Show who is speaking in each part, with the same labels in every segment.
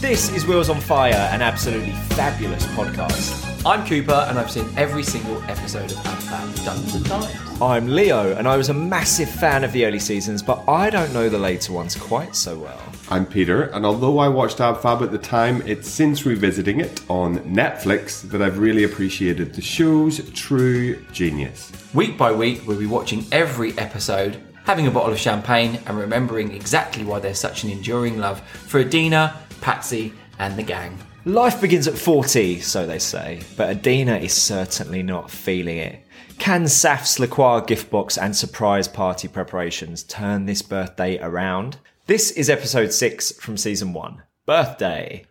Speaker 1: This is Wheels on Fire, an absolutely fabulous podcast.
Speaker 2: I'm Cooper, and I've seen every single episode of AmFab dozens of times.
Speaker 1: I'm Leo, and I was a massive fan of the early seasons, but I don't know the later ones quite so well.
Speaker 3: I'm Peter, and although I watched AbFab at the time, it's since revisiting it on Netflix that I've really appreciated the show's true genius.
Speaker 2: Week by week, we'll be watching every episode, having a bottle of champagne, and remembering exactly why there's such an enduring love for Adina, Patsy, and the gang.
Speaker 1: Life begins at 40, so they say, but Adina is certainly not feeling it. Can Saf's Laquar gift box and surprise party preparations turn this birthday around? This is episode 6 from season 1 Birthday.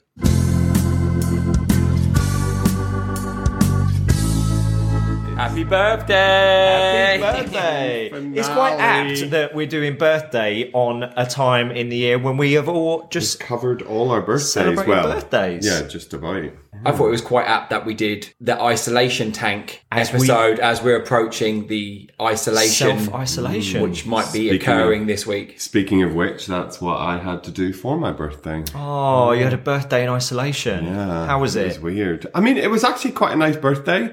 Speaker 2: Happy birthday!
Speaker 3: From
Speaker 1: It's quite
Speaker 3: Natalie.
Speaker 1: apt that we're doing birthday on a time in the year when we have all just
Speaker 3: Covered all our birthdays.
Speaker 1: Celebrating
Speaker 3: Well,
Speaker 1: birthdays.
Speaker 3: Yeah, just about.
Speaker 2: I thought it was quite apt that we did the isolation tank
Speaker 1: As we-
Speaker 2: episode as we're approaching the isolation,
Speaker 1: self isolation.
Speaker 2: which might be
Speaker 3: Speaking
Speaker 2: occurring this week.
Speaker 3: Speaking of which, that's what I had to do for my birthday.
Speaker 1: Oh, you had a birthday in isolation.
Speaker 3: Yeah,
Speaker 1: How was
Speaker 3: It was
Speaker 1: it?
Speaker 3: weird. I mean, it was actually quite a nice birthday.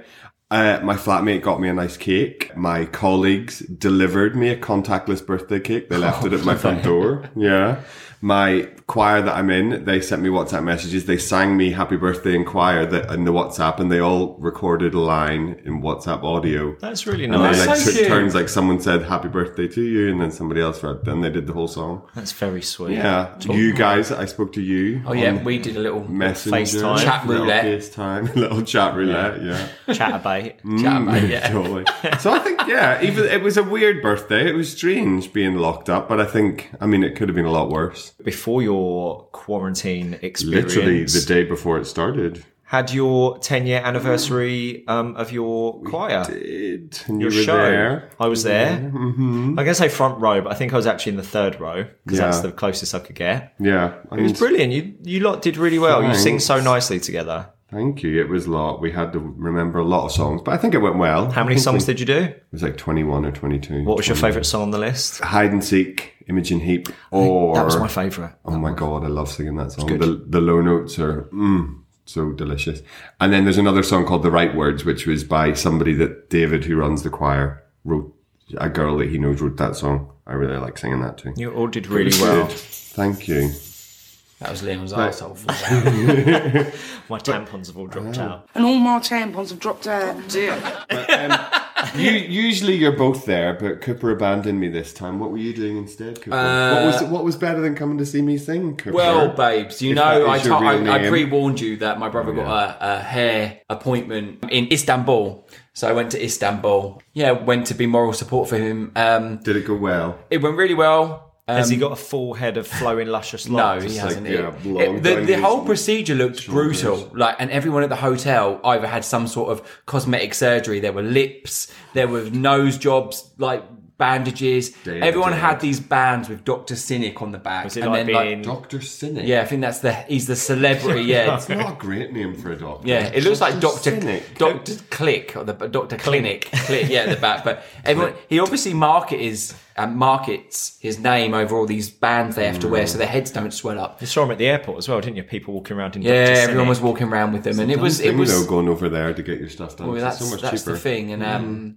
Speaker 3: Uh, my flatmate got me a nice cake. My colleagues delivered me a contactless birthday cake. They left it at my front door. Yeah. My choir that I'm in, they sent me WhatsApp messages. They sang me happy birthday in choir that, in the WhatsApp and they all recorded a line in WhatsApp audio.
Speaker 1: That's really
Speaker 3: And
Speaker 1: nice.
Speaker 3: they like
Speaker 2: so
Speaker 3: took
Speaker 2: cute.
Speaker 3: turns, like someone said happy birthday to you and then somebody else read, then they did the whole song.
Speaker 1: That's very sweet.
Speaker 3: Yeah. You guys, I spoke to you.
Speaker 2: Oh yeah, we did a little
Speaker 3: Messenger,
Speaker 1: FaceTime.
Speaker 2: Chat
Speaker 3: little
Speaker 2: roulette.
Speaker 3: FaceTime, little chat roulette, yeah.
Speaker 1: Chatterbait.
Speaker 3: Mm.
Speaker 2: chat about it.
Speaker 3: yeah. totally. So I think, yeah, even it was a weird birthday. It was strange being locked up, but I think, I mean, it could have been a lot worse.
Speaker 1: Before your quarantine experience,
Speaker 3: Literally the day before it started.
Speaker 1: had your 10 year anniversary um, of your choir.
Speaker 3: Did and
Speaker 1: Your
Speaker 3: you were
Speaker 1: show.
Speaker 3: there? Mm-hmm.
Speaker 1: I was there. I'm going to say front row, but I think I was actually in the third row because that's
Speaker 3: Yeah.
Speaker 1: the closest I could get.
Speaker 3: Yeah, I
Speaker 1: It was
Speaker 3: mean,
Speaker 1: brilliant. You you lot did really well. You sing so
Speaker 3: Thanks.
Speaker 1: nicely together.
Speaker 3: thank you. It was a lot. We had to remember a lot of songs, but I think it went well.
Speaker 1: How many songs did you do?
Speaker 3: It was like twenty-one or twenty-two.
Speaker 1: What was your favourite song on the list?
Speaker 3: Hide and seek, Imogen Heap, or
Speaker 1: That was my favourite.
Speaker 3: Oh my god, I love singing that song. The, the low notes are mm, so delicious. And then there's another song called "The Right Words," which was by somebody that David, who runs the choir, wrote. A girl that he knows wrote that song. I really like singing that too.
Speaker 1: You all did really well.
Speaker 3: Good. Thank you.
Speaker 2: That was Liam's arsehole. for that.
Speaker 1: My tampons have all
Speaker 2: Oh.
Speaker 1: dropped out.
Speaker 4: and all my tampons have dropped out.
Speaker 5: Oh,
Speaker 3: you usually you're both there, but Cooper abandoned me this time. What were you doing instead, Cooper? what was what was better than coming to see me sing, Cooper?
Speaker 2: Uh, Well, babes, you
Speaker 3: If
Speaker 2: know
Speaker 3: that
Speaker 2: I
Speaker 3: is your
Speaker 2: to-
Speaker 3: real
Speaker 2: I- I
Speaker 3: name.
Speaker 2: pre-warned you that my brother got a, a hair appointment in Istanbul, so I went to Istanbul. Yeah, went to be moral support for him. Um,
Speaker 3: did it go well?
Speaker 2: it went really well. Um,
Speaker 1: Has he got a full head of flowing, luscious
Speaker 2: no,
Speaker 1: locks?
Speaker 2: he
Speaker 3: like,
Speaker 2: hasn't.
Speaker 3: yeah,
Speaker 2: It-
Speaker 3: blonde
Speaker 2: it- the,
Speaker 3: on
Speaker 2: the
Speaker 3: his
Speaker 2: whole procedure looked
Speaker 3: shoulders.
Speaker 2: brutal. Like, and everyone at the hotel either had some sort of cosmetic surgery. There were lips, there were nose jobs, like bandages.
Speaker 3: Damn,
Speaker 2: everyone
Speaker 3: damn.
Speaker 2: had these bands with Doctor Cynic on the back.
Speaker 1: Was it like being
Speaker 3: Doctor Cynic.
Speaker 2: yeah, I think that's the he's the celebrity. Yeah, it's-
Speaker 3: What a great name for a doctor.
Speaker 2: Yeah, it looks like Doctor
Speaker 3: Cynic.
Speaker 2: Doctor Click or the Doctor Clinic. Click, yeah, at the back. But everyone, he obviously market is um, markets his name over all these bands they have to wear, so their heads don't swell up.
Speaker 1: You saw him at the airport as well, didn't you? People walking around in
Speaker 2: Yeah,
Speaker 1: Dr. Cynic.
Speaker 2: everyone was walking around with them, and it was it
Speaker 3: thing,
Speaker 2: was.
Speaker 3: though, going over there to get your stuff done.
Speaker 2: well,
Speaker 3: It's
Speaker 2: that's
Speaker 3: so much
Speaker 2: that's
Speaker 3: cheaper. Mm.
Speaker 2: the thing, and um,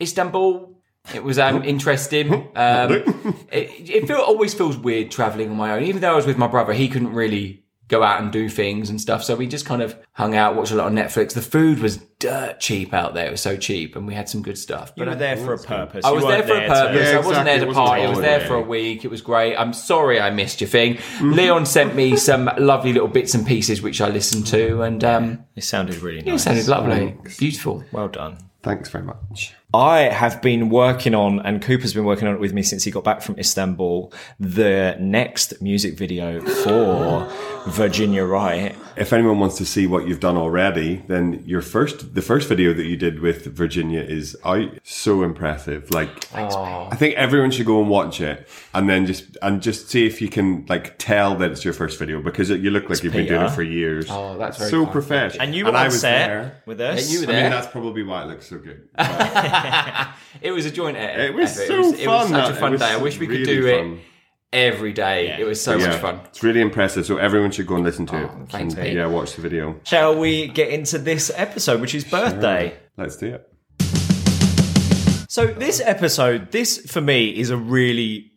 Speaker 2: Istanbul. It was um, interesting. Um, it it feel, always feels weird traveling on my own. Even though I was with my brother, he couldn't really go out and do things and stuff. So we just kind of hung out, watched a lot of Netflix. The food was dirt cheap out there. It was so cheap, and we had some good stuff.
Speaker 1: You
Speaker 2: But
Speaker 1: were
Speaker 2: I-
Speaker 1: there for a purpose.
Speaker 2: I
Speaker 1: You
Speaker 2: was there
Speaker 1: weren't
Speaker 2: for a purpose.
Speaker 3: Yeah,
Speaker 2: I wasn't there
Speaker 3: exactly. It
Speaker 2: to
Speaker 3: wasn't
Speaker 2: party. I was there
Speaker 3: holiday. Mm-hmm.
Speaker 2: for a week. It was great. I'm sorry I missed your thing. Leon sent me some lovely little bits and pieces which I listened to, and um,
Speaker 1: It sounded really
Speaker 2: it
Speaker 1: nice.
Speaker 2: sounded lovely, beautiful.
Speaker 1: well done.
Speaker 3: Thanks very much.
Speaker 1: I have been working on, and Cooper's been working on it with me since he got back from Istanbul, the next music video for Virginia Wright.
Speaker 3: If anyone wants to see what you've done already, then your first, the first video that you did with Virginia is out. So impressive. Like, I think everyone should go and watch it, and then just and just see if you can like tell that it's your first video because it, you look like you've been doing
Speaker 1: PR.
Speaker 3: it for years.
Speaker 2: Oh, that's very
Speaker 3: so
Speaker 2: kind.
Speaker 3: professional.
Speaker 1: And you were
Speaker 3: I
Speaker 1: on
Speaker 3: was
Speaker 1: set
Speaker 3: there.
Speaker 1: with us.
Speaker 2: Yeah, you were
Speaker 3: I
Speaker 2: there.
Speaker 3: mean, that's probably why it looks so good.
Speaker 2: It was a joint effort.
Speaker 3: It was so
Speaker 2: it was, it was
Speaker 3: fun,
Speaker 2: such a
Speaker 3: that-
Speaker 2: fun
Speaker 3: it was
Speaker 2: day. I wish we could
Speaker 3: really
Speaker 2: do it
Speaker 3: fun.
Speaker 2: every day. It was so much
Speaker 3: yeah.
Speaker 2: fun.
Speaker 3: It's really impressive. So everyone should go and listen to it.
Speaker 2: thanks,
Speaker 3: and, uh,
Speaker 2: mate.
Speaker 3: Yeah, watch the video.
Speaker 1: Shall we get into this episode, which is birthday?
Speaker 3: Let's do it.
Speaker 1: So this episode, this for me is a really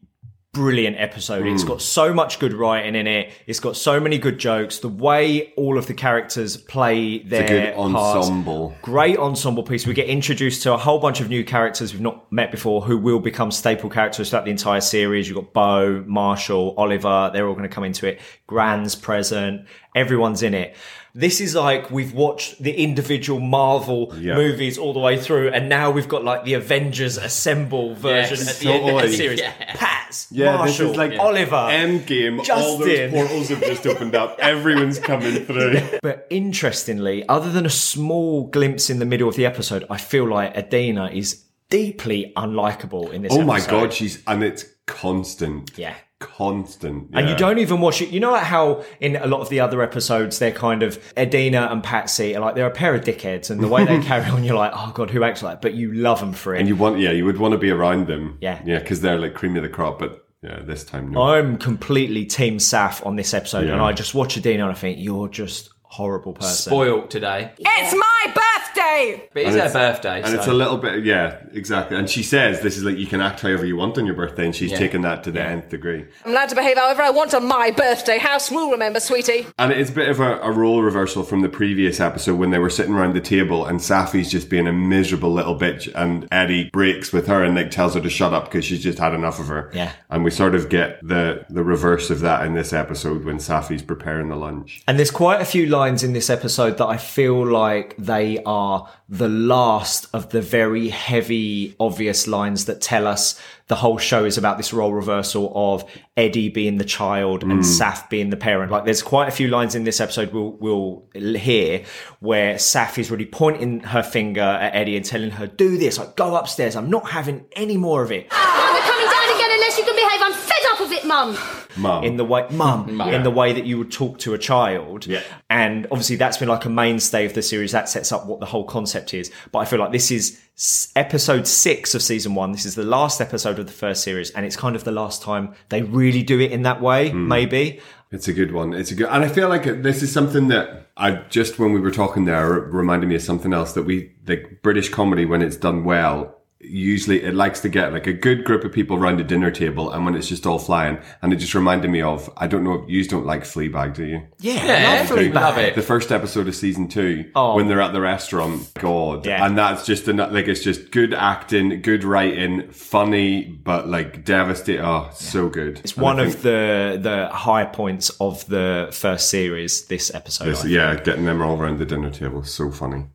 Speaker 1: brilliant episode. It's got so much good writing in it. It's got so many good jokes. The way all of the characters play their
Speaker 3: A good
Speaker 1: parts.
Speaker 3: ensemble.
Speaker 1: Great ensemble piece. We get introduced to a whole bunch of new characters we've not met before who will become staple characters throughout the entire series. You've got Bo, Marshall, Oliver, they're all going to come into it. Gran's present, everyone's in it. This is like we've watched the individual Marvel
Speaker 3: Yeah.
Speaker 1: movies all the way through, and now we've got like the Avengers Assemble version
Speaker 2: Yes,
Speaker 1: at the end of the
Speaker 3: totally.
Speaker 1: series.
Speaker 2: Yeah.
Speaker 1: Pats,
Speaker 3: Yeah, this
Speaker 1: Marshall,
Speaker 3: is like
Speaker 1: Oliver,
Speaker 3: Endgame. All
Speaker 1: Justin.
Speaker 3: those portals have just opened up. Everyone's coming through.
Speaker 1: But interestingly, other than a small glimpse in the middle of the episode, I feel like Adina is deeply unlikable in this
Speaker 3: Oh my
Speaker 1: episode.
Speaker 3: god, she's and it's constant.
Speaker 1: Yeah.
Speaker 3: Constant.
Speaker 1: And
Speaker 3: yeah.
Speaker 1: you don't even watch it. You know like how in a lot of the other episodes, they're kind of Adina and Patsy are like, they're a pair of dickheads. And the way they carry on, you're like, oh God, who acts like that? But you love them for it.
Speaker 3: And you want, yeah, you would want to be around them.
Speaker 1: Yeah. Oh,
Speaker 3: Yeah, because they're like cream of the crop, but yeah, this time no.
Speaker 1: I'm completely Team Saf on this episode.
Speaker 3: Yeah.
Speaker 1: And I just watch Adina and I think, you're just a horrible person.
Speaker 2: Spoiled today,
Speaker 4: It's my birthday!
Speaker 2: but it's
Speaker 3: And
Speaker 2: her
Speaker 3: it's-
Speaker 2: birthday.
Speaker 3: and it's a
Speaker 2: so-
Speaker 3: little bit, yeah, exactly. And she says this is like you can act however you want on your birthday, and she's
Speaker 2: Yeah.
Speaker 3: taken that to the nth degree.
Speaker 4: I'm allowed to behave however I want on my birthday. House rule, remember, sweetie.
Speaker 3: And it's a bit of a, a role reversal from the previous episode when they were sitting around the table and Safi's just being a miserable little bitch, and Eddie breaks with her and like tells her to shut up because she's just had enough of her.
Speaker 1: Yeah.
Speaker 3: And we sort of get the the reverse of that in this episode when Safi's preparing the lunch.
Speaker 1: And there's quite a few lines in this episode that I feel like they are the last of the very heavy, obvious lines that tell us the whole show is about this role reversal of Eddie being the child and Saf being the parent. Like there's quite a few lines in this episode we'll, we'll hear where Saf is really pointing her finger at Eddie and telling her, do this, like go upstairs. I'm not having any more of it.
Speaker 6: Mum, we're coming down again unless you can behave. I'm fed up of it, Mum.
Speaker 3: Mum.
Speaker 2: Oh.
Speaker 1: in the way mum in the way that you would talk to a child
Speaker 3: Yeah.
Speaker 1: and obviously that's been like a mainstay of the series that sets up what the whole concept is but i feel like this is s- episode 6 of season 1 this is the last episode of the first series and it's kind of the last time they really do it in that way
Speaker 2: Hmm.
Speaker 1: maybe
Speaker 3: It's a good one. It's a good, and I feel like this is something that I just when we were talking there it reminded me of something else that we like British comedy when it's done well. Usually, it likes to get like a good group of people round a dinner table, and when it's just all flying, and it just reminded me of I don't know if you don't like Fleabag, do you?
Speaker 1: yeah,
Speaker 2: Yeah,
Speaker 1: lovely
Speaker 2: I love it.
Speaker 3: The first episode of season two,
Speaker 1: Oh.
Speaker 3: when they're at the restaurant, God,
Speaker 1: Yeah.
Speaker 3: and that's just an, like it's just good acting, good writing, funny, but like devastating. Oh, so good.
Speaker 1: it's one of the the high points of the first series this episode I
Speaker 3: This- yeah, getting them all around the dinner table, so funny.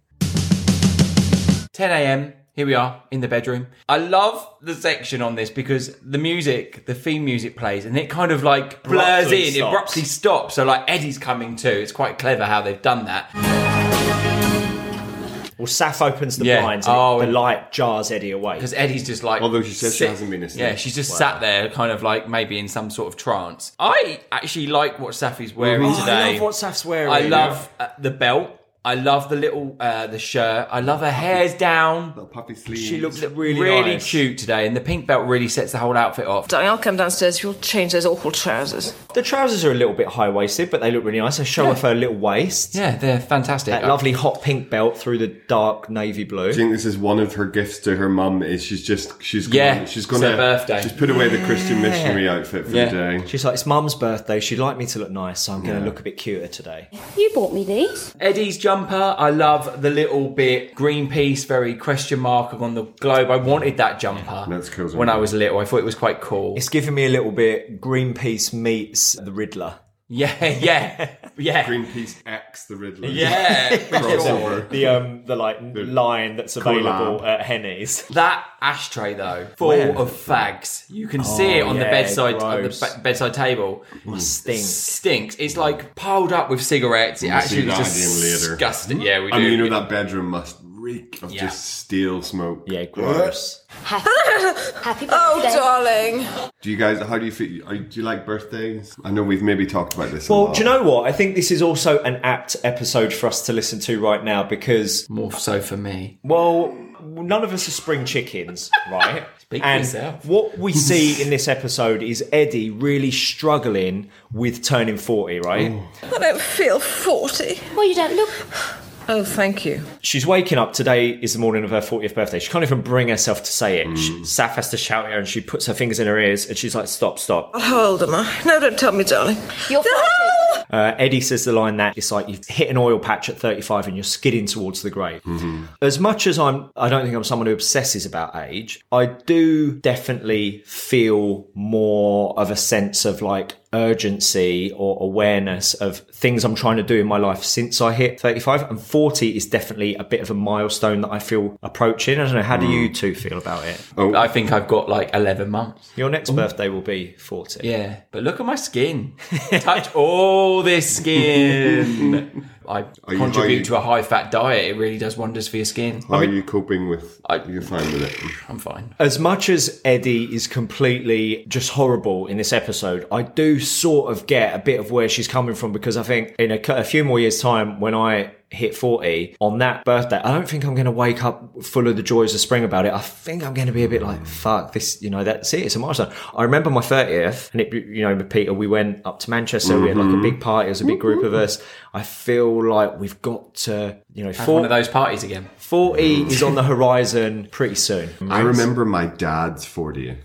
Speaker 2: 10 a.m. Here we are in the bedroom. I love the section on this because the music, the theme music plays, and it kind of like blurs
Speaker 1: Abruptly
Speaker 2: in,
Speaker 1: stops.
Speaker 2: abruptly stops. So like Eddie's coming too. It's quite clever how they've done that.
Speaker 1: well saf opens the
Speaker 2: Yeah.
Speaker 1: blinds and it-
Speaker 2: Oh,
Speaker 1: the
Speaker 2: and-
Speaker 1: light jars eddie away
Speaker 2: Because Eddie's just like.
Speaker 3: Although she says she hasn't been asleep.
Speaker 2: Yeah, she's just sat there, kind of like maybe in some sort of trance. I actually like what Safi's wearing
Speaker 1: Oh,
Speaker 2: today.
Speaker 1: i love what saf's wearing
Speaker 2: I love uh, the belt. I love the little uh, the shirt. I love her hair's down.
Speaker 3: puppy sleeves.
Speaker 1: she looks really
Speaker 2: really
Speaker 1: nice.
Speaker 2: cute today, and the pink belt really sets the whole outfit off.
Speaker 4: Darling, I'll come downstairs if you'll change those awful trousers.
Speaker 1: The trousers are a little bit high waisted, but they look really nice. They show off her little waist.
Speaker 2: Yeah, they're fantastic.
Speaker 1: That lovely hot pink belt through the dark navy blue.
Speaker 3: I think this is one of her gifts to her mum. Is she's just she's
Speaker 2: Yeah,
Speaker 3: gonna, she's
Speaker 2: it's
Speaker 3: gonna
Speaker 2: her birthday.
Speaker 3: She's put away the Christian missionary outfit for
Speaker 2: Yeah.
Speaker 3: the day.
Speaker 1: She's like, it's mum's birthday. She'd like me to look nice, so I'm going to look a bit cuter today.
Speaker 6: You bought me these.
Speaker 2: Eddie's jumper, I love the little bit Greenpeace, very question mark on the globe. I wanted that jumper
Speaker 3: That's cool, isn't
Speaker 2: when
Speaker 3: it?
Speaker 2: I was little. I thought it was quite cool.
Speaker 1: It's giving me a little bit Greenpeace meets the Riddler.
Speaker 2: yeah, yeah, yeah,
Speaker 3: Greenpeace X the Riddler.
Speaker 2: yeah.
Speaker 3: Crossover.
Speaker 1: The um the like line that's available
Speaker 3: collab.
Speaker 1: at Henny's.
Speaker 2: that ashtray though, full
Speaker 1: Where?
Speaker 2: of fags. You can see
Speaker 3: Oh,
Speaker 2: it on the
Speaker 1: yeah,
Speaker 2: bedside on the
Speaker 1: gross.
Speaker 2: be- bedside table.
Speaker 3: Mm.
Speaker 1: Stinks.
Speaker 2: Stinks. It's like piled up with cigarettes. It
Speaker 3: We'll see
Speaker 2: actually was
Speaker 3: that again
Speaker 2: just
Speaker 3: later. Mm.
Speaker 2: disgusting. Yeah, we do.
Speaker 3: I mean, you know that bedroom must reek of
Speaker 2: Yeah.
Speaker 3: just steel smoke.
Speaker 1: Yeah, gross.
Speaker 6: Happy birthday.
Speaker 5: Oh, darling.
Speaker 3: Do you guys? How do you feel? are- Do you like birthdays? I know we've maybe talked about this. a
Speaker 1: Well,
Speaker 3: lot.
Speaker 1: do you know what? I think this is also an apt episode for us to listen to right now because,
Speaker 2: More so for me.
Speaker 1: well, none of us are spring chickens, right?
Speaker 2: Speak for
Speaker 1: and
Speaker 2: yourself.
Speaker 1: what we see in this episode is Eddie really struggling with turning 40, right?
Speaker 5: I don't feel 40.
Speaker 6: Well, you don't look.
Speaker 5: Oh, thank you.
Speaker 1: She's waking up. Today is the morning of her 40th birthday. She can't even bring herself to say it.
Speaker 2: Mm.
Speaker 1: She, Saf has to shout at her and she puts her fingers in her ears and she's like, stop, stop.
Speaker 5: How old am I? No, don't tell me, darling.
Speaker 6: You're
Speaker 5: No!
Speaker 1: Uh, Eddie says the line that it's like you've hit an oil patch at 35 and you're skidding towards the grave. As much as I'm, I don't think I'm someone who obsesses about age, I do definitely feel more of a sense of like urgency or awareness of things I'm trying to do in my life since I hit 35. And 40 is definitely a bit of a milestone that I feel approaching. I don't know. How do you two feel about it?
Speaker 2: I think I've got like 11 months.
Speaker 1: Your next birthday will be 40.
Speaker 2: Yeah, but look at my skin. Touch all this skin. I
Speaker 3: you-
Speaker 2: contribute
Speaker 3: are you-
Speaker 2: to a high fat diet. It really does wonders for your skin.
Speaker 3: How are you coping with? you're fine with it.
Speaker 2: I'm fine.
Speaker 1: As much as Eddie is completely just horrible in this episode, I do sort of get a bit of where she's coming from because I think in a, cou- a few more years' time, when I hit 40 on that birthday, I don't think I'm going to wake up full of the joys of spring about it. I think I'm going to be a bit like, fuck, this, you know, that's it. It's a milestone. I remember my 30th, and it, you know, with Peter, we went up to Manchester. We had like a big party. It was a big group of us. I feel like we've got to, you know,
Speaker 2: One of
Speaker 1: 40,
Speaker 2: those parties again.
Speaker 1: 40 is on the horizon pretty soon.
Speaker 3: I remember my dad's 40th.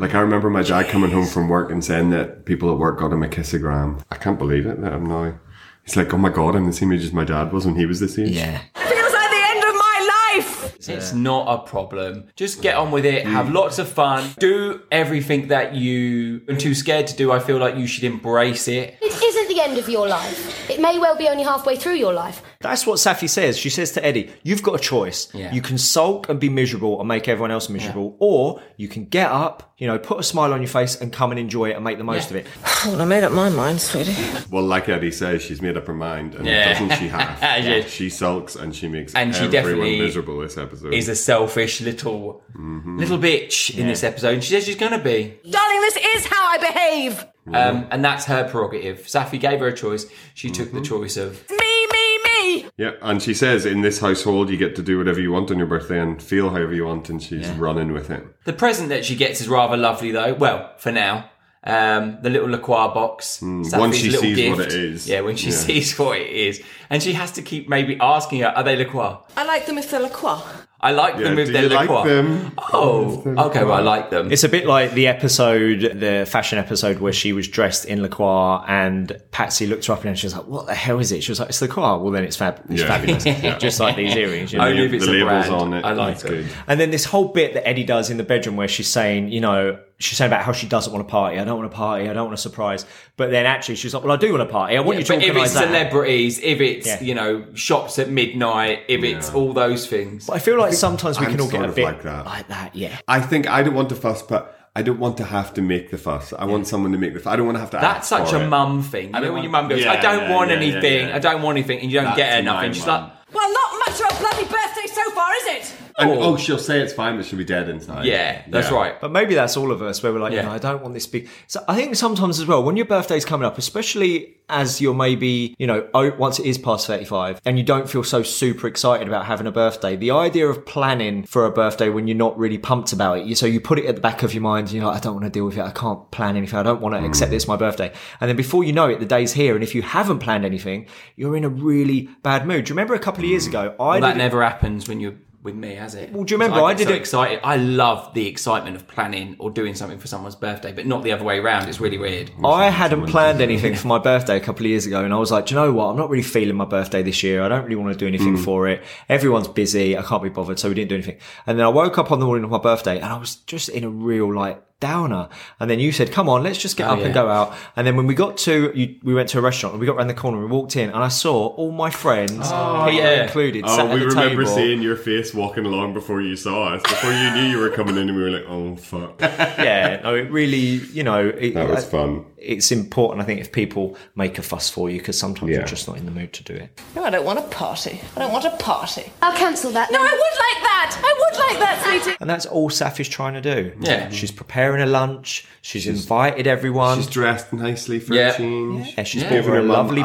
Speaker 3: Like I remember my dad coming home from work and saying that people at work got him a kissogram. I can't believe it that I'm now. It's like, oh my god, I'm the same age as my dad was when he was this age.
Speaker 1: Yeah.
Speaker 5: Feels like the end of my life.
Speaker 2: It's not a problem. Just get on with it. Have lots of fun. Do everything that you are too scared to do. I feel like you should embrace it.
Speaker 6: It isn't the end of your life. It may well be only halfway through your life.
Speaker 1: That's what Safi says. She says to Eddie, You've got a choice.
Speaker 2: Yeah.
Speaker 1: You can sulk and be miserable and make everyone else miserable, or you can get up, you know, put a smile on your face and come and enjoy it and make the most
Speaker 2: Yeah.
Speaker 1: of it.
Speaker 5: Well, I made up my mind, sweetie.
Speaker 3: Well, like Eddie says, she's made up her mind, and
Speaker 2: Yeah.
Speaker 3: doesn't she have?
Speaker 2: Yeah.
Speaker 3: She sulks and she makes
Speaker 2: And she
Speaker 3: everyone
Speaker 2: definitely
Speaker 3: miserable this episode.
Speaker 2: Is a selfish little
Speaker 3: Mm-hmm.
Speaker 2: little bitch in this episode. And she says she's gonna be.
Speaker 5: Darling, this is how I behave.
Speaker 2: Um, and that's her prerogative. Safi gave her a choice. She took
Speaker 3: Mm-hmm.
Speaker 2: the choice of
Speaker 5: Me, me, me.
Speaker 3: yeah, and she says in this household you get to do whatever you want on your birthday and feel however you want, and she's running with it.
Speaker 2: The present that she gets is rather lovely, though. Well, for now, um, the little LaCroix box. Safi's
Speaker 3: Mm, once she
Speaker 2: little
Speaker 3: sees what it is.
Speaker 2: Yeah, when she
Speaker 3: Yeah.
Speaker 2: sees what it is, and she has to keep maybe asking her, "Are they LaCroix?
Speaker 5: I like them if they're LaCroix.
Speaker 2: I like
Speaker 3: Yeah,
Speaker 2: them if
Speaker 3: do
Speaker 2: they're
Speaker 3: you like
Speaker 2: LaCroix."
Speaker 3: them?
Speaker 2: Oh, okay. Well, I like them.
Speaker 1: It's a bit like the episode, the fashion episode where she was dressed in LaCroix and Patsy looked her up and she was like, What the hell is it? She was like, It's LaCroix. Well, then it's, fab- it's
Speaker 3: Yeah.
Speaker 1: fabulous.
Speaker 3: Yeah.
Speaker 1: Just like these earrings. You know?
Speaker 2: Only if
Speaker 3: the
Speaker 2: it's a
Speaker 3: labels
Speaker 2: brand.
Speaker 3: on it.
Speaker 2: I like
Speaker 3: it's
Speaker 2: it.
Speaker 3: good.
Speaker 1: And then this whole bit that Eddie does in the bedroom where she's saying, you know, she's saying about how she doesn't want a party. I don't want a party. I don't want a surprise. But then actually she's like, well, I do want a party. I want you to
Speaker 2: But if
Speaker 1: organise
Speaker 2: it's
Speaker 1: that.
Speaker 2: celebrities, if it's
Speaker 1: Yeah.
Speaker 2: you know shops at midnight, if it's all those things,
Speaker 1: I feel like sometimes we
Speaker 3: I'm
Speaker 1: can all
Speaker 3: sort
Speaker 1: get a
Speaker 3: of
Speaker 1: bit
Speaker 3: like that.
Speaker 1: like that, yeah.
Speaker 3: I think I don't want to fuss, but I don't want to have to make the fuss. I want someone to make the fuss. I don't want to have to.
Speaker 2: that's
Speaker 3: ask
Speaker 2: such
Speaker 3: for
Speaker 2: a
Speaker 3: it.
Speaker 2: mum thing. You know when your mum goes,
Speaker 3: Yeah,
Speaker 2: "I don't
Speaker 3: yeah,
Speaker 2: want
Speaker 3: yeah, yeah,
Speaker 2: anything.
Speaker 3: yeah.
Speaker 2: I don't want anything," and you don't get her
Speaker 3: That's
Speaker 2: nothing.
Speaker 3: my
Speaker 2: She's
Speaker 3: mum.
Speaker 2: like.
Speaker 5: Well, not much of a bloody birthday so far, is it?
Speaker 3: And,
Speaker 2: Oh.
Speaker 3: oh. she'll say it's fine, but she'll be dead inside.
Speaker 2: Yeah, that's
Speaker 3: Yeah.
Speaker 2: right.
Speaker 1: But maybe that's all of us where we're like,
Speaker 2: Yeah.
Speaker 1: you know, I don't want this big. So I think sometimes as well, when your birthday's coming up, especially as you're maybe, you know, oh, once it is past 35 and you don't feel so super excited about having a birthday, the idea of planning for a birthday when you're not really pumped about it, you- so you put it at the back of your mind, you know, I don't want to deal with it. I can't plan anything. I don't want to
Speaker 3: Hmm.
Speaker 1: accept this, my birthday. And then before you know it, the day's here. And if you haven't planned anything, you're in a really bad mood. Do you remember a couple of
Speaker 3: Hmm.
Speaker 1: years ago, I
Speaker 2: Well, that
Speaker 1: did-
Speaker 2: never happens when you're with me, has it? Well,
Speaker 1: do you remember I
Speaker 2: I, get
Speaker 1: did
Speaker 2: so
Speaker 1: it-
Speaker 2: excited. I love the excitement of planning or doing something for someone's birthday, but not the other way around. It's really weird.
Speaker 1: I hadn't planned anything for my birthday a couple of years ago, and I was like, do you know what? I'm not really feeling my birthday this year. I don't really want to do
Speaker 3: Mm.
Speaker 1: anything for it. Everyone's busy. I can't be bothered. So we didn't do anything. And then I woke up on the morning of my birthday and I was just in a real like downer. And then you said, come on, let's just get
Speaker 2: Oh,
Speaker 1: up
Speaker 2: yeah.
Speaker 1: and go out. And then when we got to, you, we went to a restaurant and we got around the corner and we walked in and I saw all my friends, Peter
Speaker 2: yeah.
Speaker 1: included, sat
Speaker 3: Oh,
Speaker 1: at
Speaker 3: we
Speaker 1: the
Speaker 3: remember
Speaker 1: table.
Speaker 3: seeing your face walking along before you saw us, before you knew you were coming in, and we were like, "Oh fuck, that
Speaker 1: yeah, no, it really, you know, it,
Speaker 3: was
Speaker 1: I-
Speaker 3: fun."
Speaker 1: It's important, I think, if people make a fuss for you because sometimes
Speaker 3: Yeah.
Speaker 1: you're just not in the mood to do it.
Speaker 5: No, I don't want a party. I don't want a party.
Speaker 6: I'll cancel that.
Speaker 5: No, I would
Speaker 6: then.
Speaker 5: like that. I would like that, sweetie.
Speaker 1: And that's all Saf is trying to do.
Speaker 3: Mm-hmm.
Speaker 2: Yeah.
Speaker 1: she's preparing a lunch. She's, invited everyone.
Speaker 3: She's dressed nicely for
Speaker 2: Yeah.
Speaker 3: a change.
Speaker 1: yeah, she's
Speaker 2: Yeah.
Speaker 1: giving her a
Speaker 3: mum
Speaker 1: lovely
Speaker 3: a-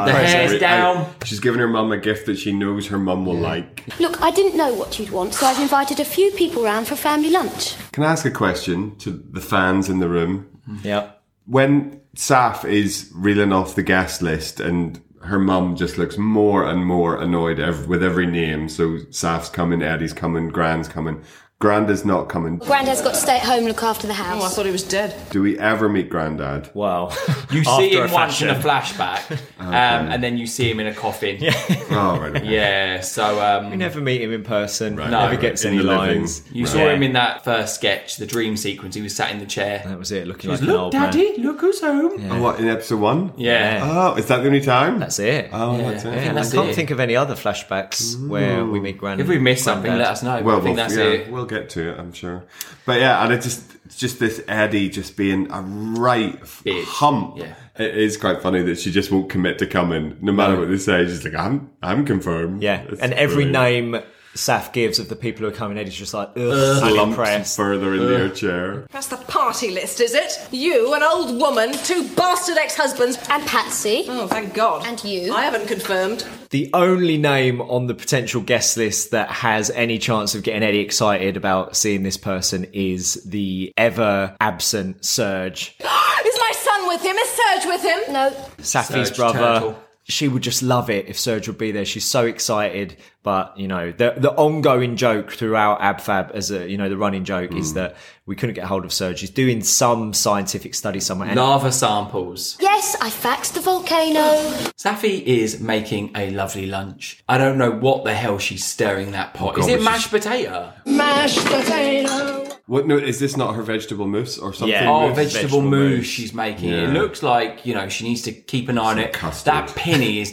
Speaker 1: present.
Speaker 2: hair's Hands down.
Speaker 3: She's giving her mum a gift that she knows her mum will like.
Speaker 6: Look, I didn't know what you'd want, so I've invited a few people round for family lunch.
Speaker 3: Can I ask a question to the fans in the room?
Speaker 1: Yeah,
Speaker 3: When Saf is reeling off the guest list and her mum just looks more and more annoyed ev- with every name. So Saf's coming, Eddie's coming, Grand's coming. Granda's not coming.
Speaker 6: Grandad's got to stay at home and look after the
Speaker 5: Oh, I
Speaker 6: house.
Speaker 5: thought he was dead.
Speaker 3: Do we ever meet Grandad?
Speaker 1: well,
Speaker 2: You see
Speaker 1: After
Speaker 2: him
Speaker 1: a
Speaker 2: once in a
Speaker 1: fashion.
Speaker 2: flashback, um, and then you see him in a coffin. Yeah.
Speaker 3: Oh, right. okay.
Speaker 2: so um,
Speaker 1: we never meet him in person.
Speaker 3: Right,
Speaker 1: never
Speaker 3: right,
Speaker 1: gets
Speaker 3: right.
Speaker 1: any
Speaker 3: In the living
Speaker 1: lines.
Speaker 2: you saw him in that first sketch, the dream sequence. He was sat in the chair.
Speaker 1: That was it. Looking
Speaker 2: He was,
Speaker 1: like an
Speaker 2: look,
Speaker 1: old
Speaker 2: Daddy,
Speaker 1: man.
Speaker 2: look who's home.
Speaker 3: Oh, what, in episode one?
Speaker 2: Yeah.
Speaker 3: Oh, is that the only time?
Speaker 1: That's it.
Speaker 3: Oh, that's it.
Speaker 1: Yeah, and I
Speaker 2: that's
Speaker 1: can't
Speaker 2: it.
Speaker 1: think of any other flashbacks where we meet Grand.
Speaker 2: If we miss something, let us know.
Speaker 3: Well,
Speaker 2: I think
Speaker 3: we'll,
Speaker 2: that's
Speaker 3: yeah,
Speaker 2: it.
Speaker 3: we'll get to it, I'm sure. But yeah, and it just it's just this Eddie just being a right f-
Speaker 2: Bitch.
Speaker 3: hump.
Speaker 2: Yeah.
Speaker 3: It is quite funny that she just won't commit to coming, no matter what they say. She's like, I'm I'm confirmed.
Speaker 1: Yeah,
Speaker 3: It's
Speaker 1: and every
Speaker 3: brilliant.
Speaker 1: name Saf gives of the people who are coming in, he's just like, ugh,
Speaker 3: slumps
Speaker 1: unimpressed.
Speaker 3: further in their chair.
Speaker 5: That's the party list, is it? You, an old woman, two bastard ex-husbands.
Speaker 6: And Patsy.
Speaker 5: Oh, thank God.
Speaker 6: And you.
Speaker 5: I haven't confirmed.
Speaker 1: The only name on the potential guest list that has any chance of getting Eddie excited about seeing this person is the ever absent Serge,
Speaker 5: Is my son with him? Is Serge with him?
Speaker 6: No,
Speaker 1: Safi's
Speaker 2: Serge
Speaker 1: brother.
Speaker 2: Turtle.
Speaker 1: She would just love it if Serge would be there. She's so excited, but you know the the ongoing joke throughout AbFab as a you know the running joke
Speaker 2: Hmm.
Speaker 1: is that we couldn't get hold of Serge. He's doing some scientific study somewhere. And
Speaker 2: Lava samples.
Speaker 6: yes, I faxed the volcano.
Speaker 5: Oh.
Speaker 2: Safi is making a lovely lunch. I don't know what the hell she's stirring that pot. is
Speaker 3: Oh, God,
Speaker 2: it
Speaker 3: but
Speaker 2: mashed potato?
Speaker 5: Mashed potato.
Speaker 3: What? No, is this not her vegetable mousse or something?
Speaker 1: Yeah.
Speaker 2: Oh,
Speaker 3: mousse?
Speaker 2: vegetable,
Speaker 1: vegetable
Speaker 2: mousse,
Speaker 1: mousse.
Speaker 2: she's making.
Speaker 3: Yeah.
Speaker 2: It looks like, you know, she needs to keep an eye on it.
Speaker 3: custard.
Speaker 2: That penny is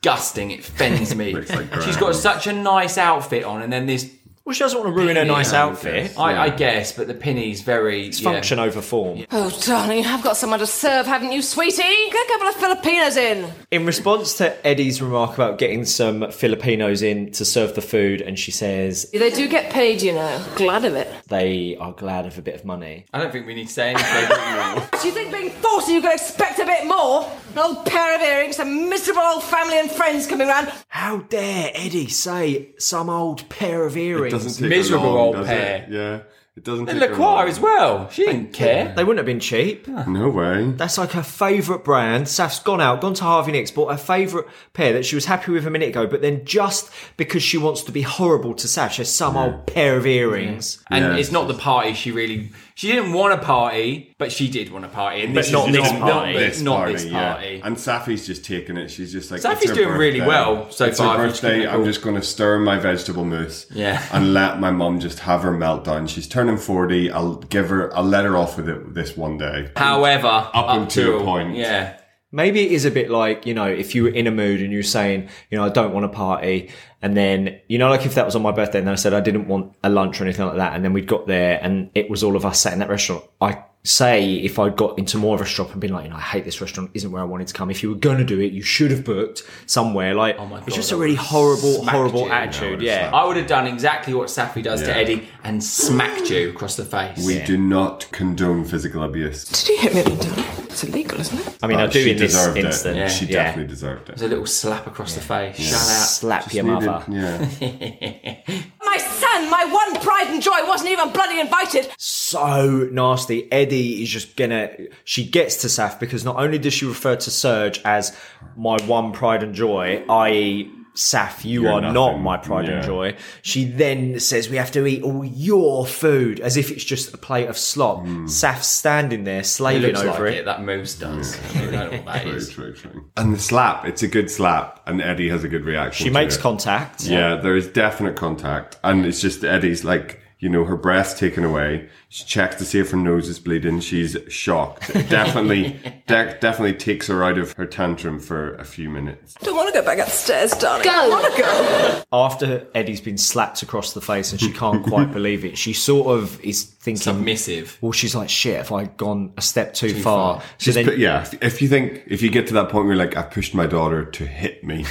Speaker 2: disgusting. It fends me.
Speaker 3: Looks like
Speaker 2: she's got
Speaker 3: ground.
Speaker 2: such a nice outfit on, and then this,
Speaker 1: well, she doesn't want to ruin her nice
Speaker 2: Yeah, I
Speaker 1: outfit.
Speaker 2: I, I guess, but the penny's very.
Speaker 1: It's
Speaker 2: yeah.
Speaker 1: function over form.
Speaker 5: Oh, darling, you have got someone to serve, haven't you, sweetie? Get a couple of Filipinos in.
Speaker 1: In response to Eddie's remark about getting some Filipinos in to serve the food, and she says
Speaker 5: They do get paid, you know. Glad of it.
Speaker 1: they are glad of a bit of money.
Speaker 2: I don't think we need to say anything.
Speaker 5: Do you think being 40 you can expect a bit more? An old pair of earrings, some miserable old family and friends coming round.
Speaker 1: How dare Eddie say some old pair of
Speaker 3: It doesn't
Speaker 1: earrings?
Speaker 3: take her
Speaker 2: Miserable
Speaker 3: long,
Speaker 2: old
Speaker 3: does
Speaker 2: pair.
Speaker 3: It? Yeah, it doesn't.
Speaker 2: and
Speaker 3: take her
Speaker 2: LaCroix
Speaker 3: long.
Speaker 2: as well. She didn't care.
Speaker 1: They wouldn't have been cheap.
Speaker 3: No way.
Speaker 1: That's like her favourite brand. Saf's gone out, gone to Harvey Nicks, bought her favourite pair that she was happy with a minute ago, but then just because she wants to be horrible to Saf, she has some old pair of earrings.
Speaker 2: And
Speaker 3: Yeah.
Speaker 2: it's not the party she really. She didn't want a party, but she did want a party. And this
Speaker 1: not
Speaker 2: is
Speaker 1: this
Speaker 2: not,
Speaker 1: party.
Speaker 2: Not this, not this
Speaker 3: yeah.
Speaker 2: party.
Speaker 3: And Safi's just taking it. She's just like
Speaker 2: Safi's
Speaker 3: "It's her
Speaker 2: doing really
Speaker 3: birthday.
Speaker 2: well so
Speaker 3: it's
Speaker 2: far.
Speaker 3: Her
Speaker 2: I'm just
Speaker 3: birthday.
Speaker 2: gonna
Speaker 3: I'm
Speaker 2: go-
Speaker 3: just going to stir my vegetable mousse.
Speaker 2: Yeah.
Speaker 3: And let my mum just have her meltdown. She's turning forty. I'll give her. I'll let her off with it this one day.
Speaker 2: However, up,
Speaker 3: until a
Speaker 2: till-
Speaker 3: point.
Speaker 2: Yeah.
Speaker 1: Maybe it is a bit like, you know, if you were in a mood and you were saying, you know, I don't want a party. And then, you know, like if that was on my birthday and then I said I didn't want a lunch or anything like that. And then we'd got there and it was all of us sat in that restaurant. I say if I'd got into more of a shop and been like, you know, I hate this restaurant, isn't where I wanted to come. If you were going to do it, you should have booked somewhere. Like, oh
Speaker 2: my God,
Speaker 1: it's just
Speaker 2: that
Speaker 1: a really
Speaker 2: would've
Speaker 1: horrible,
Speaker 2: smacked you.
Speaker 1: horrible
Speaker 2: Yeah, I
Speaker 1: attitude.
Speaker 3: would've
Speaker 1: Yeah.
Speaker 3: slapped
Speaker 2: I would have done exactly what Safi does
Speaker 3: Yeah.
Speaker 2: to Eddie and smacked you across the face.
Speaker 3: We do not condone physical abuse.
Speaker 5: Did he hit me, darling? It's illegal, isn't it?
Speaker 1: I mean, I
Speaker 3: But
Speaker 1: do
Speaker 3: she
Speaker 1: in this
Speaker 3: deserved
Speaker 1: instance.
Speaker 3: It.
Speaker 1: Yeah.
Speaker 3: She definitely deserved
Speaker 2: There's a
Speaker 3: it.
Speaker 2: little slap across the face. Shut
Speaker 1: Slap your
Speaker 3: Needed-
Speaker 1: mother.
Speaker 3: Yeah.
Speaker 5: My son, my one pride and joy, wasn't even bloody invited.
Speaker 1: so nasty. Eddie is just gonna. She gets to Saf because not only does she refer to Serge as my one pride and joy, i.e., Saf, you
Speaker 3: You're
Speaker 1: are not
Speaker 3: nothing.
Speaker 1: my pride and
Speaker 3: Yeah.
Speaker 1: joy. She then says we have to eat all your food as if it's just a plate of slop. Saf's standing there
Speaker 2: It
Speaker 1: slaving
Speaker 2: looks
Speaker 1: over
Speaker 2: like
Speaker 1: it.
Speaker 2: it. That moose does. I don't know what that
Speaker 3: True,
Speaker 2: is.
Speaker 3: true, true. And the slap, it's a good slap, and Eddie has a good reaction.
Speaker 1: She
Speaker 3: to
Speaker 1: makes
Speaker 3: it.
Speaker 1: contact.
Speaker 3: Yeah, there is definite contact, and it's just Eddie's like you know, her breast taken away. She checks to see if her nose is bleeding. She's shocked. It definitely, de- definitely takes her out of her tantrum for a few minutes.
Speaker 5: Don't want to go back upstairs, darling.
Speaker 6: Go.
Speaker 5: I want to go.
Speaker 1: After Eddie's been slapped across the face and she can't quite believe it, she sort of is thinking.
Speaker 2: Submissive.
Speaker 1: Well, she's like, shit, have I gone a step too,
Speaker 2: far.
Speaker 1: far? So then,
Speaker 3: But yeah, if, if you think, if you get to that point where you're like, I pushed my daughter to hit me,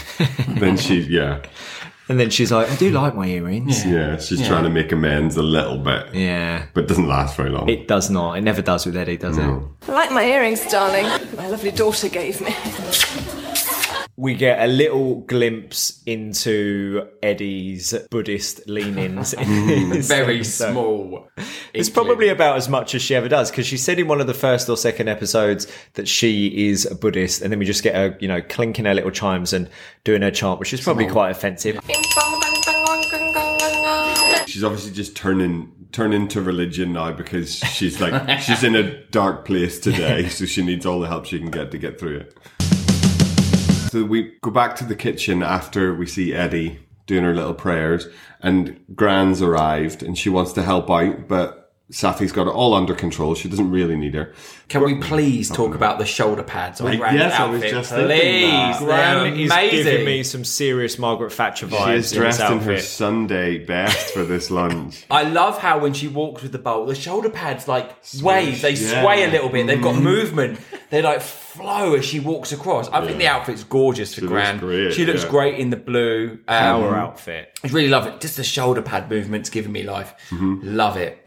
Speaker 3: then she, yeah,
Speaker 1: and then she's like, I do like my earrings.
Speaker 3: yeah, she's trying to make amends a little bit.
Speaker 1: Yeah.
Speaker 3: But it doesn't last very long.
Speaker 1: It does not. It never does with Eddie, does it?
Speaker 5: I like my earrings, darling. My lovely daughter gave me.
Speaker 1: we get a little glimpse into Eddie's Buddhist leanings. in this
Speaker 2: Very
Speaker 1: episode.
Speaker 2: small.
Speaker 1: It's probably about as much as she ever does because she said in one of the first or second episodes that she is a Buddhist, and then we just get her, you know, clinking her little chimes and doing her chant, which is probably quite offensive.
Speaker 3: She's obviously just turning turning to religion now because she's like she's in a dark place today, so she needs all the help she can get to get through it. So we go back to the kitchen after we see Eddie doing her little prayers, and Gran's arrived and she wants to help out, but Safi's got it all under control. She doesn't really need her.
Speaker 2: Can we please talk about the shoulder pads on
Speaker 3: Like,
Speaker 2: Rand's
Speaker 3: yes, I was
Speaker 2: outfit?
Speaker 3: just
Speaker 2: please,
Speaker 3: thinking that.
Speaker 2: they're
Speaker 1: Gran is giving
Speaker 2: amazing.
Speaker 1: me some serious Margaret Thatcher vibes.
Speaker 3: She is
Speaker 1: in this
Speaker 3: dressed in her
Speaker 1: outfit.
Speaker 3: Sunday best for this lunch.
Speaker 2: I love how when she walks with the bowl, the shoulder pads like wave, they
Speaker 3: yeah. Mm-hmm.
Speaker 2: sway a little bit. They've got movement. They like flow as she walks across. I think the outfit's gorgeous for
Speaker 3: looks
Speaker 2: Gran.
Speaker 3: great,
Speaker 2: she looks
Speaker 3: yeah.
Speaker 2: great in the blue. Um,
Speaker 1: Our outfit.
Speaker 2: I really love it. Just the shoulder pad movement's giving me life.
Speaker 3: Mm-hmm.
Speaker 2: Love it.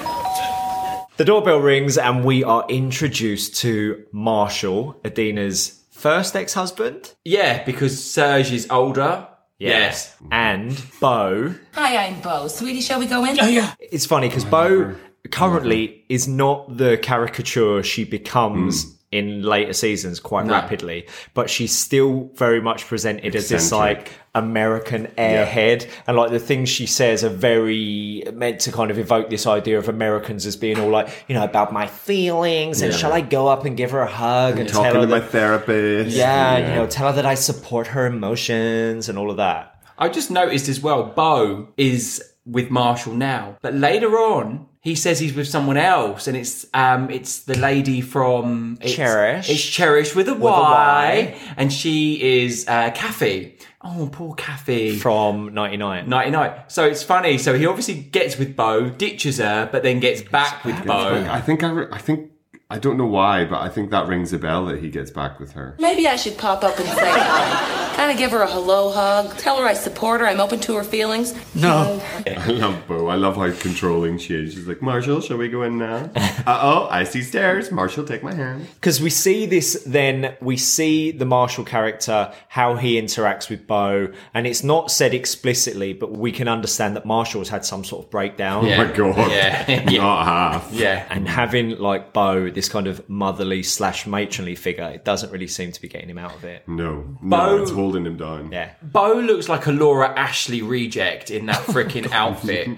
Speaker 1: The doorbell rings, and we are introduced to Marshall, Adina's first ex-husband.
Speaker 2: Yeah, because Serge is older. Yes.
Speaker 1: And Bo.
Speaker 7: Hi, I'm Bo. Sweetie, shall we go in?
Speaker 1: It's funny because Bo currently is not the caricature she becomes in later seasons quite rapidly, but she's still very much presented as this
Speaker 3: Eccentric.
Speaker 1: like American airhead. And like the things she says are very meant to kind of evoke this idea of Americans as being all like, you know, about my feelings and
Speaker 3: Yeah.
Speaker 1: shall I go up and give her a hug and tell
Speaker 3: Talking
Speaker 1: her
Speaker 3: to my
Speaker 1: that,
Speaker 3: therapist.
Speaker 1: yeah, you know, tell her that I support her emotions and all of that.
Speaker 2: I just noticed as well, Bo is with Marshall now, but later on, he says he's with someone else, and it's um, it's the lady from it's,
Speaker 1: Cherish.
Speaker 2: It's Cherish with a Y,
Speaker 1: Y.
Speaker 2: and she is uh, Kathy. Oh, poor Kathy.
Speaker 1: From 99.
Speaker 2: 99. So it's funny. So he obviously gets with Bo, ditches her, but then gets back with Bo.
Speaker 3: I think I, re- I think I don't know why, but I think that rings a bell that he gets back with her.
Speaker 7: Maybe I should pop up and say hi. Kind of give her a hello hug. Tell her I support her. I'm open to her feelings.
Speaker 1: No.
Speaker 3: I love Bo. I love how controlling she is. She's like, Marshall, shall we go in now? uh oh, I see stairs. Marshall, take my hand.
Speaker 1: Because we see this, then we see the Marshall character, how he interacts with Bo, and it's not said explicitly, but we can understand that Marshall's had some sort of breakdown.
Speaker 2: Yeah.
Speaker 3: Oh my god.
Speaker 2: Yeah. Yeah.
Speaker 3: Not half.
Speaker 2: Yeah.
Speaker 1: And having like Bo, this kind of motherly slash matronly figure, it doesn't really seem to be getting him out of it.
Speaker 3: No. No,
Speaker 2: Bo-
Speaker 3: it's holding him down.
Speaker 1: Yeah.
Speaker 2: Bo looks like a Laura Ashley reject in
Speaker 3: Oh,
Speaker 2: that freaking outfit.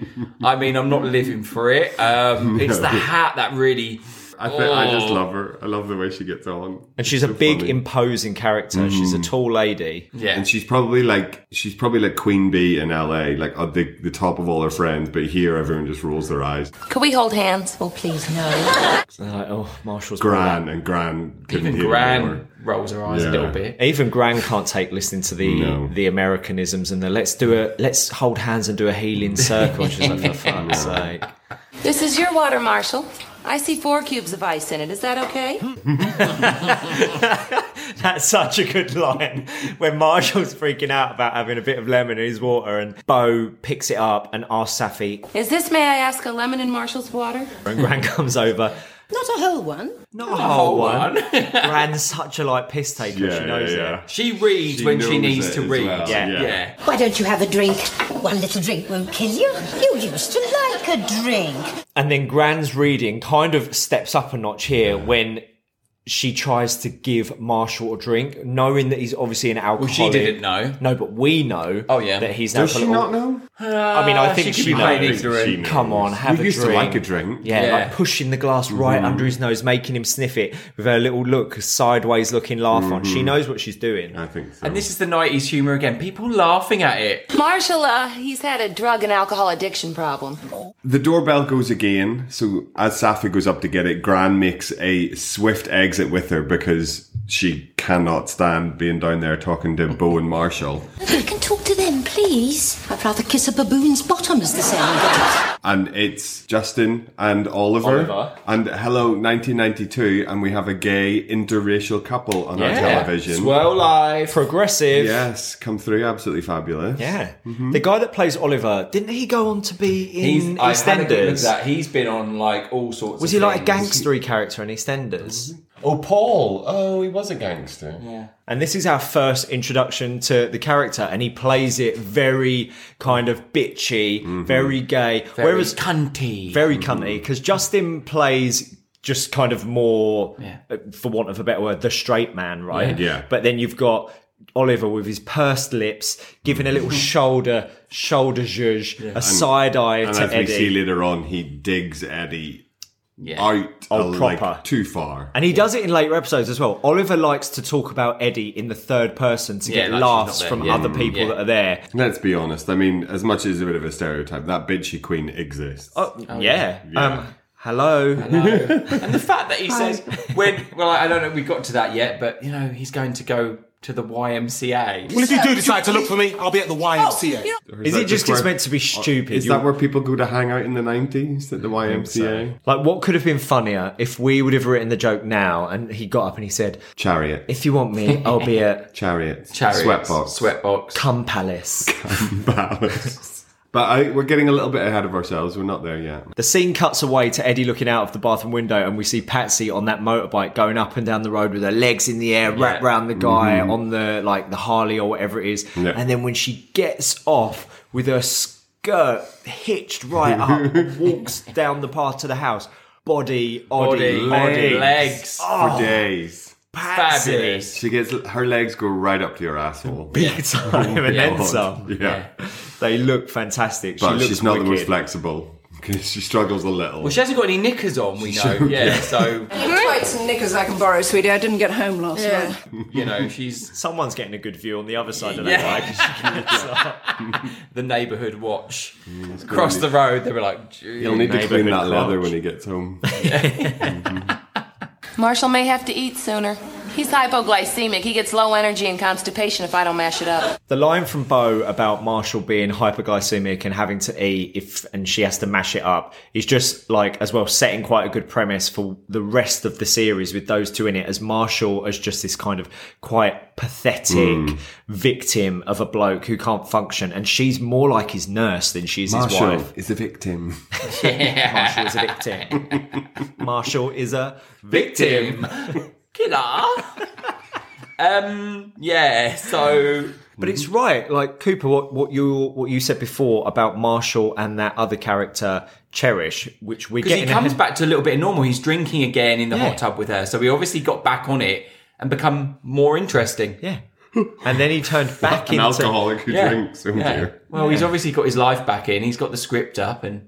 Speaker 2: I mean, I'm not living for it. Um, It's the hat that really. oh,
Speaker 3: I, think, I just love her. I love the way she gets on.
Speaker 1: And she's a
Speaker 3: so
Speaker 1: big,
Speaker 3: funny.
Speaker 1: imposing character. She's a tall lady.
Speaker 2: Mm. Yeah.
Speaker 3: And she's probably like she's probably like Queen Bee in LA, like at the, the top of all her friends, but here everyone just rolls their eyes.
Speaker 7: Could we hold hands? Oh, please, no.
Speaker 1: And they're like, oh, Marshall's
Speaker 3: Gran and Gran couldn't
Speaker 2: Even
Speaker 3: hear
Speaker 2: Gran
Speaker 3: anymore.
Speaker 2: rolls her eyes
Speaker 3: Yeah.
Speaker 2: a little bit.
Speaker 1: Even Gran can't take listening to the
Speaker 3: No.
Speaker 1: the Americanisms and the let's do a let's hold hands and do a healing circle. She's like, for fuck's sake.
Speaker 7: This is your water, Marshall. I see four cubes of ice in it. Is that okay?
Speaker 1: That's such a good line. When Marshall's freaking out about having a bit of lemon in his water, and Bo picks it up and asks Safi,
Speaker 7: Is this, may I ask, a lemon in Marshall's water?
Speaker 1: and Gran comes over.
Speaker 6: Not a whole one.
Speaker 1: Not a whole one.
Speaker 2: one.
Speaker 1: Gran's such a like piss taker.
Speaker 3: Yeah,
Speaker 1: she knows
Speaker 3: yeah, yeah.
Speaker 1: it.
Speaker 2: She reads
Speaker 3: She
Speaker 2: when she
Speaker 3: knows
Speaker 2: needs
Speaker 3: it
Speaker 2: to
Speaker 3: as
Speaker 2: read.
Speaker 3: well.
Speaker 1: Yeah.
Speaker 2: yeah.
Speaker 3: Yeah.
Speaker 6: Why don't you have a drink? One little drink won't kill you. You used to like a drink.
Speaker 1: And then Gran's reading kind of steps up a notch here when she tries to give Marshall a drink, knowing that he's obviously an alcoholic.
Speaker 2: she didn't know.
Speaker 1: No, but we know.
Speaker 2: Oh, yeah.
Speaker 1: that he's an
Speaker 3: Does she
Speaker 1: alcoholic.
Speaker 3: not know?
Speaker 1: I mean, I
Speaker 2: Uh,
Speaker 1: think she,
Speaker 2: she could be
Speaker 1: knows.
Speaker 2: hiding
Speaker 3: She
Speaker 2: drink.
Speaker 3: knows.
Speaker 1: Come on, have
Speaker 3: we
Speaker 1: a
Speaker 3: used
Speaker 1: drink.
Speaker 3: to like a drink.
Speaker 1: Yeah,
Speaker 2: Yeah. Mm-hmm.
Speaker 1: like pushing the glass right under his nose, making him sniff it with her little look, sideways looking laugh on.
Speaker 2: Mm-hmm.
Speaker 1: She knows what she's doing.
Speaker 3: I think so.
Speaker 2: And this is the 90s humour again. People laughing at it.
Speaker 7: Marshall, uh, he's had a drug and alcohol addiction problem.
Speaker 3: The doorbell goes again. So as Safi goes up to get it, Gran makes a swift exit with her because she cannot stand being down there talking to Bo and Marshall.
Speaker 6: I can talk to them, please. I'd rather kiss a baboon's bottom, as the saying goes.
Speaker 3: And it's Justin and Oliver.
Speaker 2: Oliver.
Speaker 3: And hello, 1992. And we have a gay interracial couple on our television.
Speaker 2: Swell live.
Speaker 1: Progressive.
Speaker 3: Yes, come through. Absolutely fabulous.
Speaker 1: Yeah. The guy that plays Oliver, didn't he go on to be
Speaker 2: Mm-hmm. He's,
Speaker 1: in
Speaker 2: I had a good look at
Speaker 1: EastEnders?
Speaker 2: that. He's been on like all sorts
Speaker 1: Was
Speaker 2: of
Speaker 1: he like a
Speaker 2: things.
Speaker 1: gangstery character in EastEnders?
Speaker 8: Oh, Paul. Oh, he was a gangster.
Speaker 1: And this is our first introduction to the character, and he plays it very kind of bitchy,
Speaker 3: Mm-hmm.
Speaker 1: very gay.
Speaker 2: Very
Speaker 1: whereas
Speaker 2: cunty.
Speaker 1: very cunty because Justin plays just kind of more,
Speaker 2: Yeah.
Speaker 1: uh, for want of a better word, the straight man, right?
Speaker 3: Yeah. Yeah.
Speaker 1: But then you've got Oliver with his pursed lips, giving a little
Speaker 3: Mm-hmm.
Speaker 1: shoulder shoulder zhuzh, a side eye
Speaker 3: And
Speaker 1: to
Speaker 3: as we see
Speaker 1: Eddie,
Speaker 3: later on, he digs Eddie
Speaker 2: yeah.
Speaker 3: out
Speaker 1: Oh,
Speaker 3: uh,
Speaker 1: proper.
Speaker 3: Like, too far.
Speaker 1: and he does it in later episodes as well. Oliver likes to talk about Eddie in the third person to
Speaker 2: Yeah,
Speaker 1: get
Speaker 2: like she's not
Speaker 1: laughs
Speaker 2: there.
Speaker 1: from
Speaker 2: Yeah.
Speaker 1: other people
Speaker 2: Yeah.
Speaker 1: that are there.
Speaker 3: Let's be honest. I mean, as much as a bit of a stereotype, that bitchy queen exists.
Speaker 1: Oh, yeah. Um, hello.
Speaker 2: The fact that he says when well I don't know we got to that yet, but you know he's going to go to the YMCA.
Speaker 9: Well, if you do decide to look for me, I'll be at the YMCA.
Speaker 1: Is it just
Speaker 3: where- oh,
Speaker 1: it's meant to be stupid?
Speaker 3: Is
Speaker 1: You're-
Speaker 3: that where people go to hang out in the 90s at the YMCA?
Speaker 1: Like, what could have been funnier if we would have written the joke now and he got up and he said,
Speaker 3: Chariot.
Speaker 1: If you want me, I'll be at
Speaker 3: Chariot.
Speaker 2: Chariots,
Speaker 3: Sweatbox.
Speaker 2: Sweatbox.
Speaker 1: Cum Palace.
Speaker 3: Palace. but I, we're getting a little bit ahead of ourselves. We're not there yet.
Speaker 1: the scene cuts away to Eddie looking out of the bathroom window and we see Patsy on that motorbike going up and down the road with her legs in the air, wrapped
Speaker 2: Yeah.
Speaker 1: round the guy on the, like, the Harley or whatever it is.
Speaker 3: Mm-hmm. Yeah.
Speaker 1: And then when she gets off with her skirt hitched right up, and walks down the path to the house. Body, body,
Speaker 2: Body, body,
Speaker 1: body,
Speaker 2: legs.
Speaker 1: Oh,
Speaker 3: For days.
Speaker 1: Patsy.
Speaker 2: Fabulous.
Speaker 3: She gets her legs go right up to your asshole.
Speaker 1: Big time and then
Speaker 3: God.
Speaker 1: some.
Speaker 3: Yeah.
Speaker 1: They look fantastic.
Speaker 3: But
Speaker 1: she looks
Speaker 3: she's not the most
Speaker 1: wicked.
Speaker 3: flexible because she struggles a little.
Speaker 2: Well, she hasn't got any knickers on, we know. Yeah, so
Speaker 5: Tried some knickers I can borrow, sweetie. I didn't get home last night.
Speaker 2: you know she's
Speaker 1: Someone's getting a good view on the other side of
Speaker 2: Yeah.
Speaker 1: that bike.
Speaker 2: the neighbourhood watch.
Speaker 3: Mm,
Speaker 2: Across the road, they were like,
Speaker 3: He'll
Speaker 2: "Gee."
Speaker 3: need to
Speaker 1: Neighbour
Speaker 3: clean that
Speaker 1: could
Speaker 3: leather
Speaker 1: crotch.
Speaker 3: when he gets home.
Speaker 7: Marshall may have to eat sooner. He's hypoglycemic. He gets low energy and constipation if I don't mash it up.
Speaker 1: the line from Bo about Marshall being hyperglycemic and having to eat if and she has to mash it up is just like as well setting quite a good premise for the rest of the series with those two in it as Marshall as just this kind of quite pathetic victim of a bloke who can't function and she's more like his nurse than she's his wife.
Speaker 3: is a victim.
Speaker 1: Marshall is a victim. Marshall is a victim.
Speaker 2: victim killer. um, yeah. So
Speaker 1: But it's right, like Cooper, what, what you what you said before about Marshall and that other character Cherish, which we're
Speaker 2: because he
Speaker 1: getting
Speaker 2: comes
Speaker 1: ahead-
Speaker 2: back to a little bit of normal. He's drinking again in the
Speaker 1: Yeah.
Speaker 2: hot tub with her. So he obviously got back on it and become more interesting.
Speaker 1: yeah, and then he turned back
Speaker 3: An
Speaker 1: into
Speaker 3: alcoholic who
Speaker 2: Yeah.
Speaker 3: drinks. Oh
Speaker 2: Yeah.
Speaker 3: dear.
Speaker 2: Well, he's obviously got his life back in. He's got the script up, and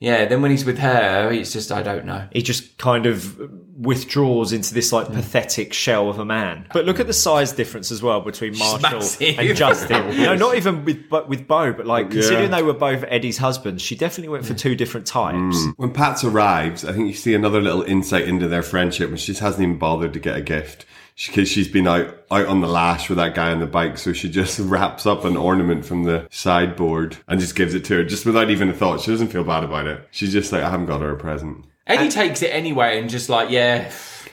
Speaker 2: yeah. Then when he's with her, it's just I don't know.
Speaker 1: He just kind of withdraws into this like pathetic shell of a man. But look at the size difference as well between Marshall
Speaker 2: massive.
Speaker 1: and Justin. no, not even with Bo- with Bo, but like considering they were both Eddie's husbands, she definitely went for two different types.
Speaker 3: When Pat's arrives, I think you see another little insight into their friendship when she just hasn't even bothered to get a gift because she's been out, out on the lash with that guy on the bike. So she just wraps up an ornament from the sideboard and just gives it to her just without even a thought. She doesn't feel bad about it. She's just like, I haven't got her a present.
Speaker 2: Eddie takes it anyway, and just like yeah,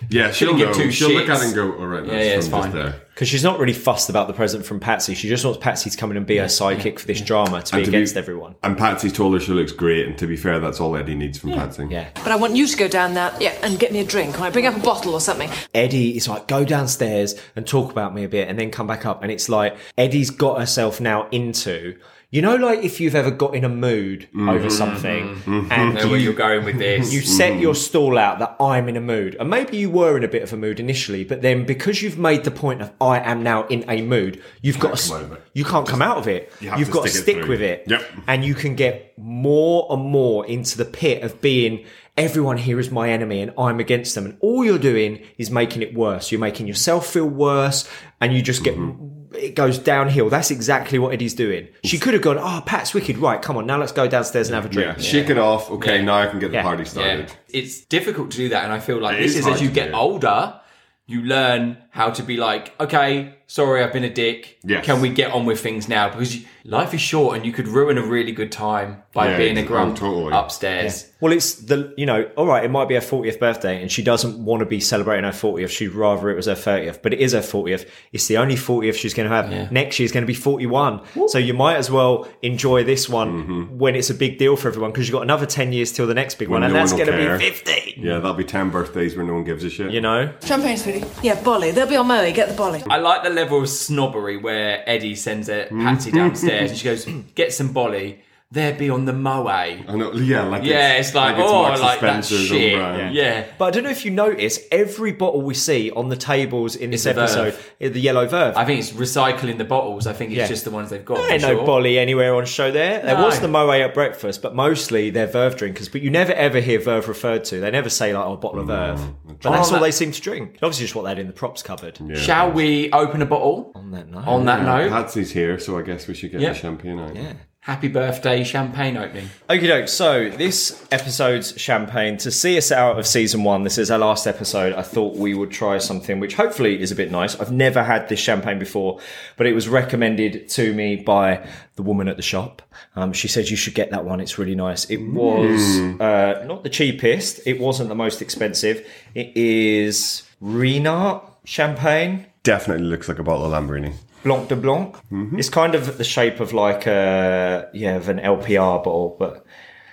Speaker 3: Yeah, she'll
Speaker 2: Couldn't give
Speaker 3: know.
Speaker 2: two
Speaker 3: She'll look
Speaker 2: shits.
Speaker 3: at it and go, all right, that's
Speaker 2: Yeah, yeah, it's
Speaker 3: from just
Speaker 2: fine.
Speaker 3: there.
Speaker 1: Because she's not really fussed about the present from Patsy. She just wants Patsy to come in and be her sidekick for this drama to be
Speaker 3: to be-
Speaker 1: against everyone.
Speaker 3: And Patsy's told her she looks great. And to be fair, that's all Eddie needs from Patsy.
Speaker 1: Yeah.
Speaker 5: But I want you to go down there yeah, and get me a drink. All right, bring up a bottle or something.
Speaker 1: Eddie is like, go downstairs and talk about me a bit and then come back up. And it's like, Eddie's got herself now into, You know, like if you've ever got in a mood over something and
Speaker 2: know where
Speaker 1: you,
Speaker 2: you're going with this.
Speaker 1: you set
Speaker 3: Mm-hmm.
Speaker 1: your stall out that I'm in a mood, and maybe you were in a bit of a mood initially, but then because you've made the point of I am now in a mood, you've got to, s-
Speaker 3: come out of it.
Speaker 1: you can't come out of it.
Speaker 3: You have
Speaker 1: have
Speaker 3: to
Speaker 1: got to
Speaker 3: stick it
Speaker 1: stick
Speaker 3: through.
Speaker 1: with it,
Speaker 3: Yep.
Speaker 1: and you can get more and more into the pit of being. Everyone here is my enemy and I'm against them. And all you're doing is making it worse. You're making yourself feel worse and you just get,
Speaker 3: Mm-hmm.
Speaker 1: it goes downhill. That's exactly what Eddie's doing. She could have gone, Oh, Pat's wicked. Right. Come on. Now let's go downstairs and have a
Speaker 3: Yeah,
Speaker 1: drink.
Speaker 3: shake it off. Okay, now I can get the
Speaker 1: Yeah.
Speaker 3: party
Speaker 2: Yeah,
Speaker 3: started.
Speaker 2: it's difficult to do that, and I feel like
Speaker 3: It
Speaker 2: this
Speaker 3: is
Speaker 2: is
Speaker 3: hard
Speaker 2: as you
Speaker 3: to
Speaker 2: get
Speaker 3: do.
Speaker 2: older, you learn how to be like, okay, sorry, I've been a dick.
Speaker 3: Yes.
Speaker 2: Can we get on with things now? Because you, life is short, and you could ruin a really good time by
Speaker 3: Yeah,
Speaker 2: being a
Speaker 3: oh,
Speaker 2: grump
Speaker 3: totally.
Speaker 2: upstairs.
Speaker 1: Well, it's the you know, all right. It might be her fortieth birthday, and she doesn't want to be celebrating her fortieth. She'd rather it was her thirtieth, but it is her fortieth. It's the only fortieth she's going to have. Next year's going to be forty-one, so you might as well enjoy this one
Speaker 3: Mm-hmm.
Speaker 1: when it's a big deal for everyone because you've got another ten years till the next big
Speaker 3: When
Speaker 1: one, and
Speaker 3: no
Speaker 1: that's
Speaker 3: one
Speaker 1: going
Speaker 3: will
Speaker 1: to
Speaker 3: care.
Speaker 1: be fifteen.
Speaker 3: Yeah, that'll be 10 birthdays where no one gives a shit.
Speaker 1: You know,
Speaker 5: Champagne, sweetie. Yeah, bolly. They'll be on Moe. Get the bolly.
Speaker 2: I like the level of snobbery where Eddie sends a Patsy downstairs, and she goes, "Get some bolly." There be on the moe.
Speaker 3: I know, yeah, like
Speaker 2: Yeah, it's like,
Speaker 3: it's
Speaker 2: oh,
Speaker 3: Marks and
Speaker 2: like that
Speaker 3: Spencer's
Speaker 2: shit.
Speaker 3: over
Speaker 2: Yeah.
Speaker 3: and-
Speaker 1: but I don't know if you notice every bottle we see on the tables in this
Speaker 2: a verve.
Speaker 1: episode, is the yellow verve.
Speaker 2: I think it's recycling the bottles. I think it's
Speaker 1: Yeah.
Speaker 2: just the ones they've got.
Speaker 1: Ain't
Speaker 2: I'm
Speaker 1: no
Speaker 2: sure.
Speaker 1: bolly anywhere on show there. There
Speaker 2: No.
Speaker 1: was the Moe at breakfast, but mostly they're Verve drinkers. But you never ever hear Verve referred to. They never say, like, oh, a bottle of Verve. But that's
Speaker 2: Oh,
Speaker 1: all
Speaker 2: that-
Speaker 1: they seem to drink. Obviously, just what they had in the props cupboard.
Speaker 2: Shall we open a bottle?
Speaker 1: On that note.
Speaker 2: On that note,
Speaker 3: Patsy's here, so I guess we should get
Speaker 2: Yeah.
Speaker 3: the champagne out. Yeah.
Speaker 2: happy birthday champagne opening.
Speaker 1: Okie doke. So, this episode's champagne, to see us out of season one, this is our last episode. I thought we would try something which hopefully is a bit nice. I've never had this champagne before, but it was recommended to me by the woman at the shop. Um, she said, You should get that one. It's really nice. It was uh, not the cheapest, it wasn't the most expensive. It is Renard champagne.
Speaker 3: Definitely looks like a bottle of Lamborghini.
Speaker 1: Blanc de Blanc. It's kind of the shape of like a yeah of an LPR bottle, but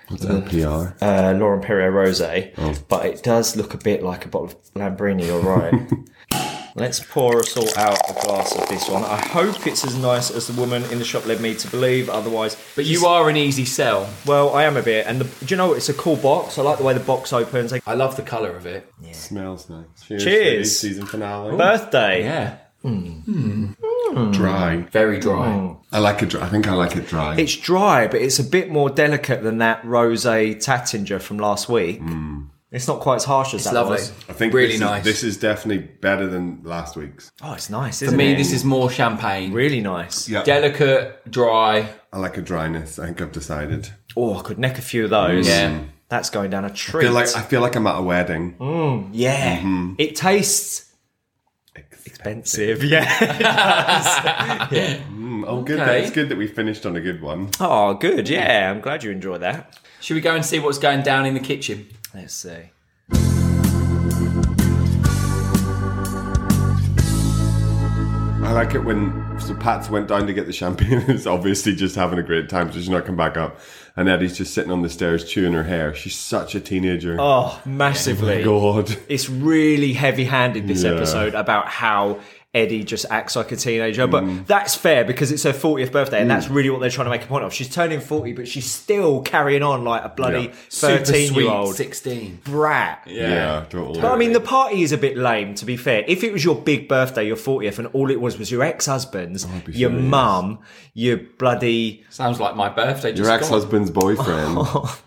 Speaker 3: What's LPR?
Speaker 1: uh, Laurent Perrier Rosé,
Speaker 2: Oh.
Speaker 1: but it does look a bit like a bottle of Lambrini. You're right. Let's pour us all out a glass of this one. I hope it's as nice as the woman in the shop led me to believe. Otherwise,
Speaker 2: But you are an easy sell.
Speaker 1: well, I am a bit. And the, do you know what? It's a cool box. I like the way the box opens. Like,
Speaker 2: I love the colour of it.
Speaker 3: Smells nice. Cheers.
Speaker 1: Cheers.
Speaker 3: ladies, Season finale.
Speaker 1: birthday.
Speaker 2: Yeah.
Speaker 3: Dry.
Speaker 2: Very dry.
Speaker 3: I like it dry. I think I like it dry.
Speaker 1: It's dry, but it's a bit more delicate than that rosé Tattinger from last week. It's not quite as harsh as that
Speaker 2: Hmm. lovely.
Speaker 1: was.
Speaker 3: I think
Speaker 2: really
Speaker 3: this is-
Speaker 2: nice.
Speaker 3: this is definitely better than last week's.
Speaker 1: Oh, it's nice,
Speaker 2: For
Speaker 1: isn't
Speaker 2: me,
Speaker 1: it?
Speaker 2: this is more champagne.
Speaker 1: really nice.
Speaker 3: Yeah.
Speaker 2: Delicate, dry.
Speaker 3: I like a dryness. I think I've decided.
Speaker 1: Oh, I could neck a few of those.
Speaker 2: Yeah.
Speaker 1: That's going down a
Speaker 3: I
Speaker 1: treat.
Speaker 3: feel like I feel like I'm at a wedding.
Speaker 2: Mm.
Speaker 1: Yeah.
Speaker 3: Mm-hmm.
Speaker 1: It tastes expensive. Yeah.
Speaker 3: Oh, good.
Speaker 2: Okay.
Speaker 3: That's good that we finished on a good one.
Speaker 1: oh, good. Yeah. I'm glad you enjoyed that.
Speaker 2: Should we go and see what's going down in the kitchen?
Speaker 1: Let's see.
Speaker 3: I like it when so Pat's went down to get the champagne and is obviously just having a great time, so she's not come back up. And Eddie's just sitting on the stairs chewing her hair. She's such a teenager.
Speaker 1: Oh, massively.
Speaker 3: God.
Speaker 1: it's really heavy handed this
Speaker 3: Yeah.
Speaker 1: episode about how Eddie just acts like a teenager.
Speaker 3: Mm.
Speaker 1: But that's fair because it's her 40th birthday and that's really what they're trying to make a point of. She's turning 40, but she's still carrying on like a bloody
Speaker 3: Yeah.
Speaker 1: 13
Speaker 2: Super
Speaker 1: year
Speaker 2: sweet
Speaker 1: old
Speaker 2: 16.
Speaker 1: brat.
Speaker 3: Yeah, totally.
Speaker 1: But I mean, the party is a bit lame, to be fair. If it was your big birthday, your 40th, and all it was was your ex husband's,
Speaker 3: Oh, be
Speaker 1: your
Speaker 3: furious.
Speaker 1: mum, your bloody.
Speaker 2: Sounds like my birthday just
Speaker 3: your
Speaker 2: gone,
Speaker 3: ex husband's boyfriend.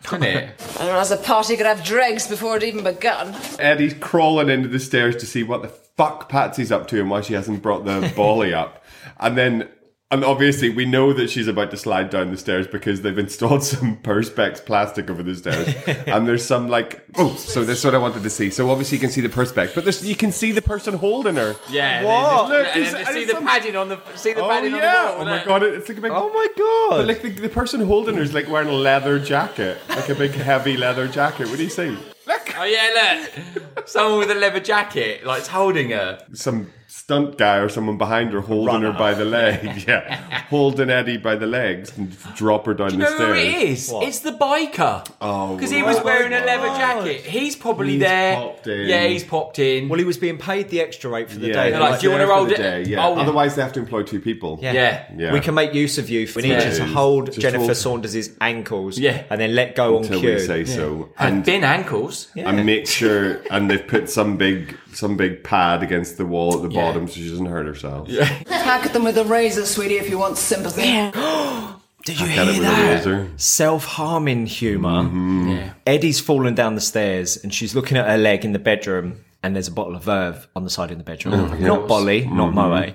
Speaker 2: doesn't it?
Speaker 4: Otherwise, the party could have dregs before it even begun.
Speaker 3: Eddie's crawling into the stairs to see what the fuck Patsy's up to and why she hasn't brought the bolly up. And then, and obviously, we know that she's about to slide down the stairs because they've installed some Perspex plastic over the stairs. and there's some like, oh, so that's what I wanted to see. So obviously, you can see the Perspex, but there's, you can see the person holding her.
Speaker 2: Yeah.
Speaker 1: What?
Speaker 2: Look,
Speaker 3: Look,
Speaker 2: and
Speaker 3: it's-
Speaker 2: then
Speaker 3: and
Speaker 2: see
Speaker 3: it's
Speaker 2: the
Speaker 3: some-
Speaker 2: padding on the see the
Speaker 3: Oh
Speaker 2: padding on
Speaker 3: yeah! Oh
Speaker 2: the wall.
Speaker 3: my god! It's like a big.
Speaker 1: Oh my
Speaker 3: But
Speaker 1: god!
Speaker 3: like the, the person holding her is like wearing a leather jacket, like a big heavy leather jacket. What do you say?
Speaker 2: Oh yeah, look. Someone with a leather jacket, like it's holding her.
Speaker 3: Some stunt guy or someone behind her holding her by the leg. Yeah, holding Eddie by the legs and drop her down
Speaker 2: You
Speaker 3: the
Speaker 2: know who
Speaker 3: stairs.
Speaker 2: it is? It's the biker.
Speaker 3: Oh,
Speaker 2: because he was
Speaker 3: right.
Speaker 2: wearing a leather
Speaker 3: Oh,
Speaker 1: God.
Speaker 2: jacket. He's probably
Speaker 3: He's
Speaker 2: there.
Speaker 3: popped in.
Speaker 2: Yeah, he's popped in.
Speaker 1: Well, he was being paid the extra rate for the
Speaker 3: Yeah,
Speaker 1: day.
Speaker 3: they're
Speaker 1: They're
Speaker 2: like,
Speaker 1: like,
Speaker 2: "Do you
Speaker 3: there
Speaker 2: wanna
Speaker 3: for
Speaker 2: roll
Speaker 3: the
Speaker 2: it?"
Speaker 3: day, Yeah.
Speaker 2: Oh.
Speaker 3: Otherwise, they have to employ two people.
Speaker 2: yeah.
Speaker 3: Yeah.
Speaker 1: We can make use of you. We need you to
Speaker 3: Yeah.
Speaker 1: hold
Speaker 3: Just
Speaker 1: Jennifer
Speaker 3: hold-
Speaker 1: Saunders' ankles
Speaker 2: Yeah.
Speaker 1: and then let go
Speaker 3: until we
Speaker 1: uncured.
Speaker 3: say so.
Speaker 2: And
Speaker 3: And
Speaker 2: thin ankles.
Speaker 1: Yeah.
Speaker 3: and make sure and they've put some big some big pad against the wall at the
Speaker 2: Yeah.
Speaker 3: bottom so she doesn't hurt herself.
Speaker 5: Hack at them with a razor, sweetie, if you want sympathy.
Speaker 1: Did you
Speaker 3: Got
Speaker 1: hear
Speaker 3: it with a
Speaker 1: that?
Speaker 3: razor.
Speaker 1: Self-harming humour.
Speaker 2: Yeah.
Speaker 1: Eddie's fallen down the stairs and she's looking at her leg in the bedroom and there's a bottle of Verve on the side in the bedroom. not Bolly, not Moe.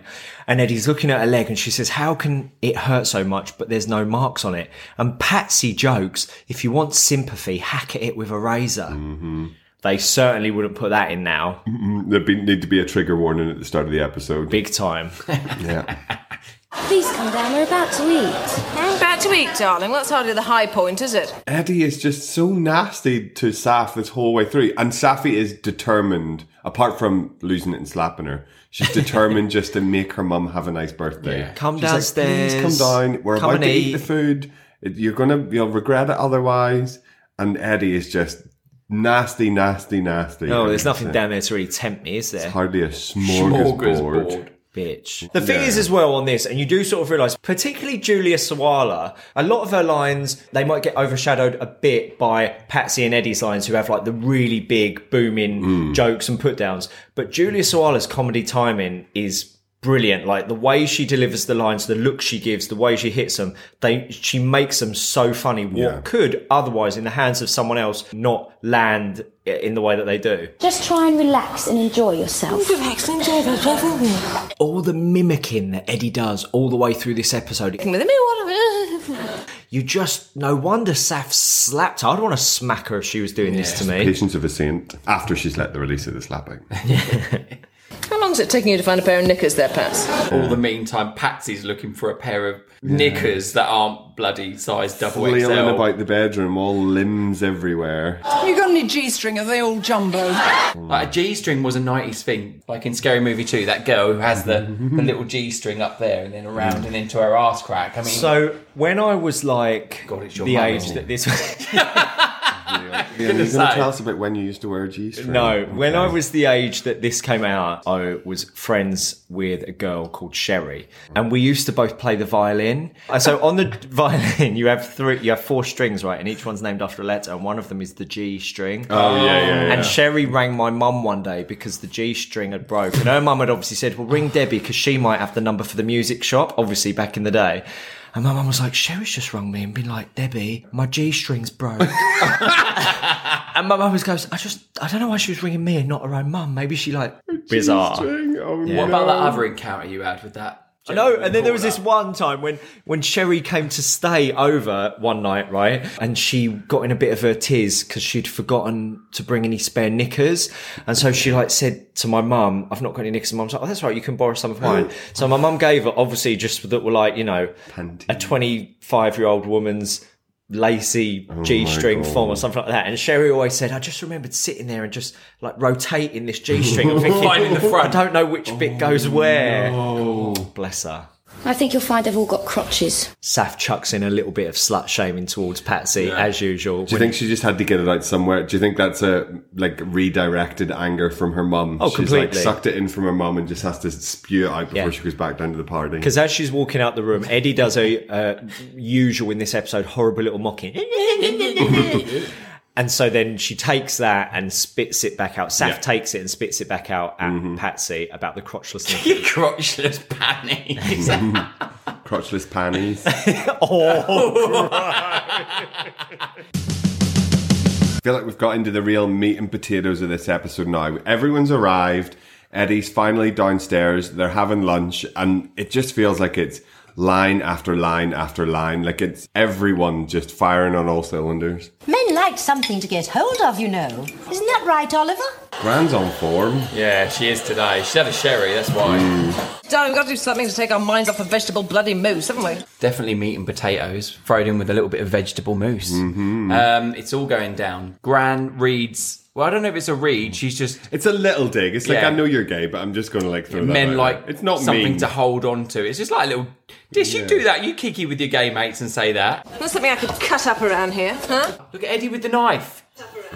Speaker 1: And Eddie's looking at her leg and she says, how can it hurt so much, but there's no marks on it? And Patsy jokes, if you want sympathy, hack at it with a razor. They certainly wouldn't put that in now.
Speaker 3: There be, need to be a trigger warning at the start of the episode.
Speaker 1: Big time.
Speaker 3: yeah.
Speaker 10: Please come down, we're about to eat.
Speaker 5: I'm about to eat, darling. That's hardly the high point, is it?
Speaker 3: Eddie is just so nasty to Saf this whole way through. And Safi is determined, apart from losing it and slapping her, she's determined just to make her mum have a nice birthday.
Speaker 1: Come
Speaker 3: She's like,
Speaker 1: downstairs.
Speaker 3: Please come down. We're
Speaker 1: Come
Speaker 3: about
Speaker 1: and
Speaker 3: to eat.
Speaker 1: eat."
Speaker 3: the food. You're gonna you'll regret it otherwise. And Eddie is just nasty, nasty, nasty.
Speaker 1: No, Oh, there's nothing down there to really tempt me, is there?
Speaker 3: Hardly a smorgasbord.
Speaker 1: bitch. The thing is, as well, on this, and you do sort of realize, particularly Julia Sawala, a lot of her lines they might get overshadowed a bit by Patsy and Eddie's lines, who have like the really big booming jokes and put downs. But Julia Sawala's comedy timing is brilliant. Like the way she delivers the lines, the look she gives, the way she hits them, they she makes them so funny. What
Speaker 3: Yeah.
Speaker 1: could otherwise, in the hands of someone else, not land i- in the way that they do.
Speaker 10: Just try and relax and enjoy yourself.
Speaker 1: All the mimicking that Eddie does all the way through this episode,
Speaker 5: With me, what?
Speaker 1: You just no wonder Saf slapped her. I'd want to smack her if she was doing this to me.
Speaker 3: Patience of a saint after she's let the release of the slapping.
Speaker 5: How long's it taking you to find a pair of knickers there, Pats?
Speaker 2: All the meantime, Patsy's looking for a pair of knickers that aren't bloody size double XL.
Speaker 3: Flailing about the bedroom, all limbs everywhere.
Speaker 5: You got any G-string? Are they all jumbo?
Speaker 2: Like a G string was a nineties thing, like in Scary Movie Two. That girl who has the, the little G string up there and then around and into her arse crack. I mean,
Speaker 1: So when I was like
Speaker 2: God, it's your
Speaker 1: the
Speaker 2: mum,
Speaker 1: age
Speaker 2: isn't
Speaker 1: that
Speaker 2: it?
Speaker 1: this
Speaker 3: Yeah, you're
Speaker 2: Goodness
Speaker 3: gonna
Speaker 2: sake.
Speaker 3: tell us about when you used to wear a G string.
Speaker 1: no, when I was the age that this came out, I was friends with a girl called Sherry, and we used to both play the violin. And so on the violin, you have three, you have four strings, right, and each one's named after a letter, and one of them is the G string.
Speaker 3: Oh yeah, yeah, yeah.
Speaker 1: And Sherry rang my mum one day because the G string had broke. And her mum had obviously said, Well, ring Debbie because she might have the number for the music shop, obviously back in the day. And my mum was like, Sherry's just rung me and been like, Debbie, my G string's broke. and my mum was goes, I just, I don't know why she was ringing me and not her own mum. Maybe she like, bizarre.
Speaker 3: G-string, Oh,
Speaker 2: what
Speaker 3: no.
Speaker 2: about that other encounter you had with that?
Speaker 1: No, and then there was this
Speaker 2: gentleman
Speaker 1: one time when when Sherry came to stay over one night, right? And she got in a bit of a tiz because she'd forgotten to bring any spare knickers, and so she like said to my mum, "I've not got any knickers." And mum's like, "Oh, that's right, you can borrow some of mine." so my mum gave her obviously just that were like you know a twenty five year old woman's lacy g-string
Speaker 3: God.
Speaker 1: form or something like that and sherry always said i just remembered sitting there and just like rotating this g-string and thinking
Speaker 2: Finding the front. Oh,
Speaker 1: i don't know which bit goes where bless her
Speaker 10: I think you'll find they've all got crotches.
Speaker 1: Saf chucks in a little bit of slut shaming towards Patsy as usual.
Speaker 3: Do you think she just had to get it out somewhere? Do you think that's a like redirected anger from her mum?
Speaker 1: Oh,
Speaker 3: She's like
Speaker 1: completely.
Speaker 3: sucked it in from her mum and just has to spew it out before
Speaker 1: Yeah.
Speaker 3: she goes back down to the party.
Speaker 1: Because as she's walking out the room, Eddie does a uh, usual in this episode horrible little mocking. and so then she takes that and spits it back out. Saf
Speaker 3: Yeah.
Speaker 1: takes it and spits it back out at
Speaker 2: Mm-hmm.
Speaker 1: Patsy about the crotchless.
Speaker 2: You crotchless panties.
Speaker 3: Crotchless panties.
Speaker 2: Oh,
Speaker 3: I feel like we've got into the real meat and potatoes of this episode now. Everyone's arrived. Eddie's finally downstairs. They're having lunch, and it just feels like it's line after line after line. Like it's everyone just firing on all cylinders.
Speaker 6: Men like quite something to get hold of, you know. Isn't that right, Oliver?
Speaker 3: Gran's on form.
Speaker 2: Yeah, she is today. She's had a sherry, that's why.
Speaker 5: Darling, we've got to do something to take our minds off a vegetable bloody mousse, haven't we?
Speaker 2: Definitely meat and potatoes, thrown in with a little bit of vegetable mousse.
Speaker 1: Mm-hmm.
Speaker 2: Um, it's all going down. Gran reads. Well, I don't know if it's a read. She's just
Speaker 3: It's a little dig. It's like
Speaker 2: Yeah.
Speaker 3: I know you're gay, but I'm just gonna like throw that out
Speaker 2: men
Speaker 3: there.
Speaker 2: like
Speaker 3: it's not
Speaker 2: something
Speaker 3: mean.
Speaker 2: to hold on to. It's just like a little. Did you do that? You kiki with your gay mates and say that.
Speaker 5: That's something I could cut up around here, huh?
Speaker 2: Look at Eddie with the knife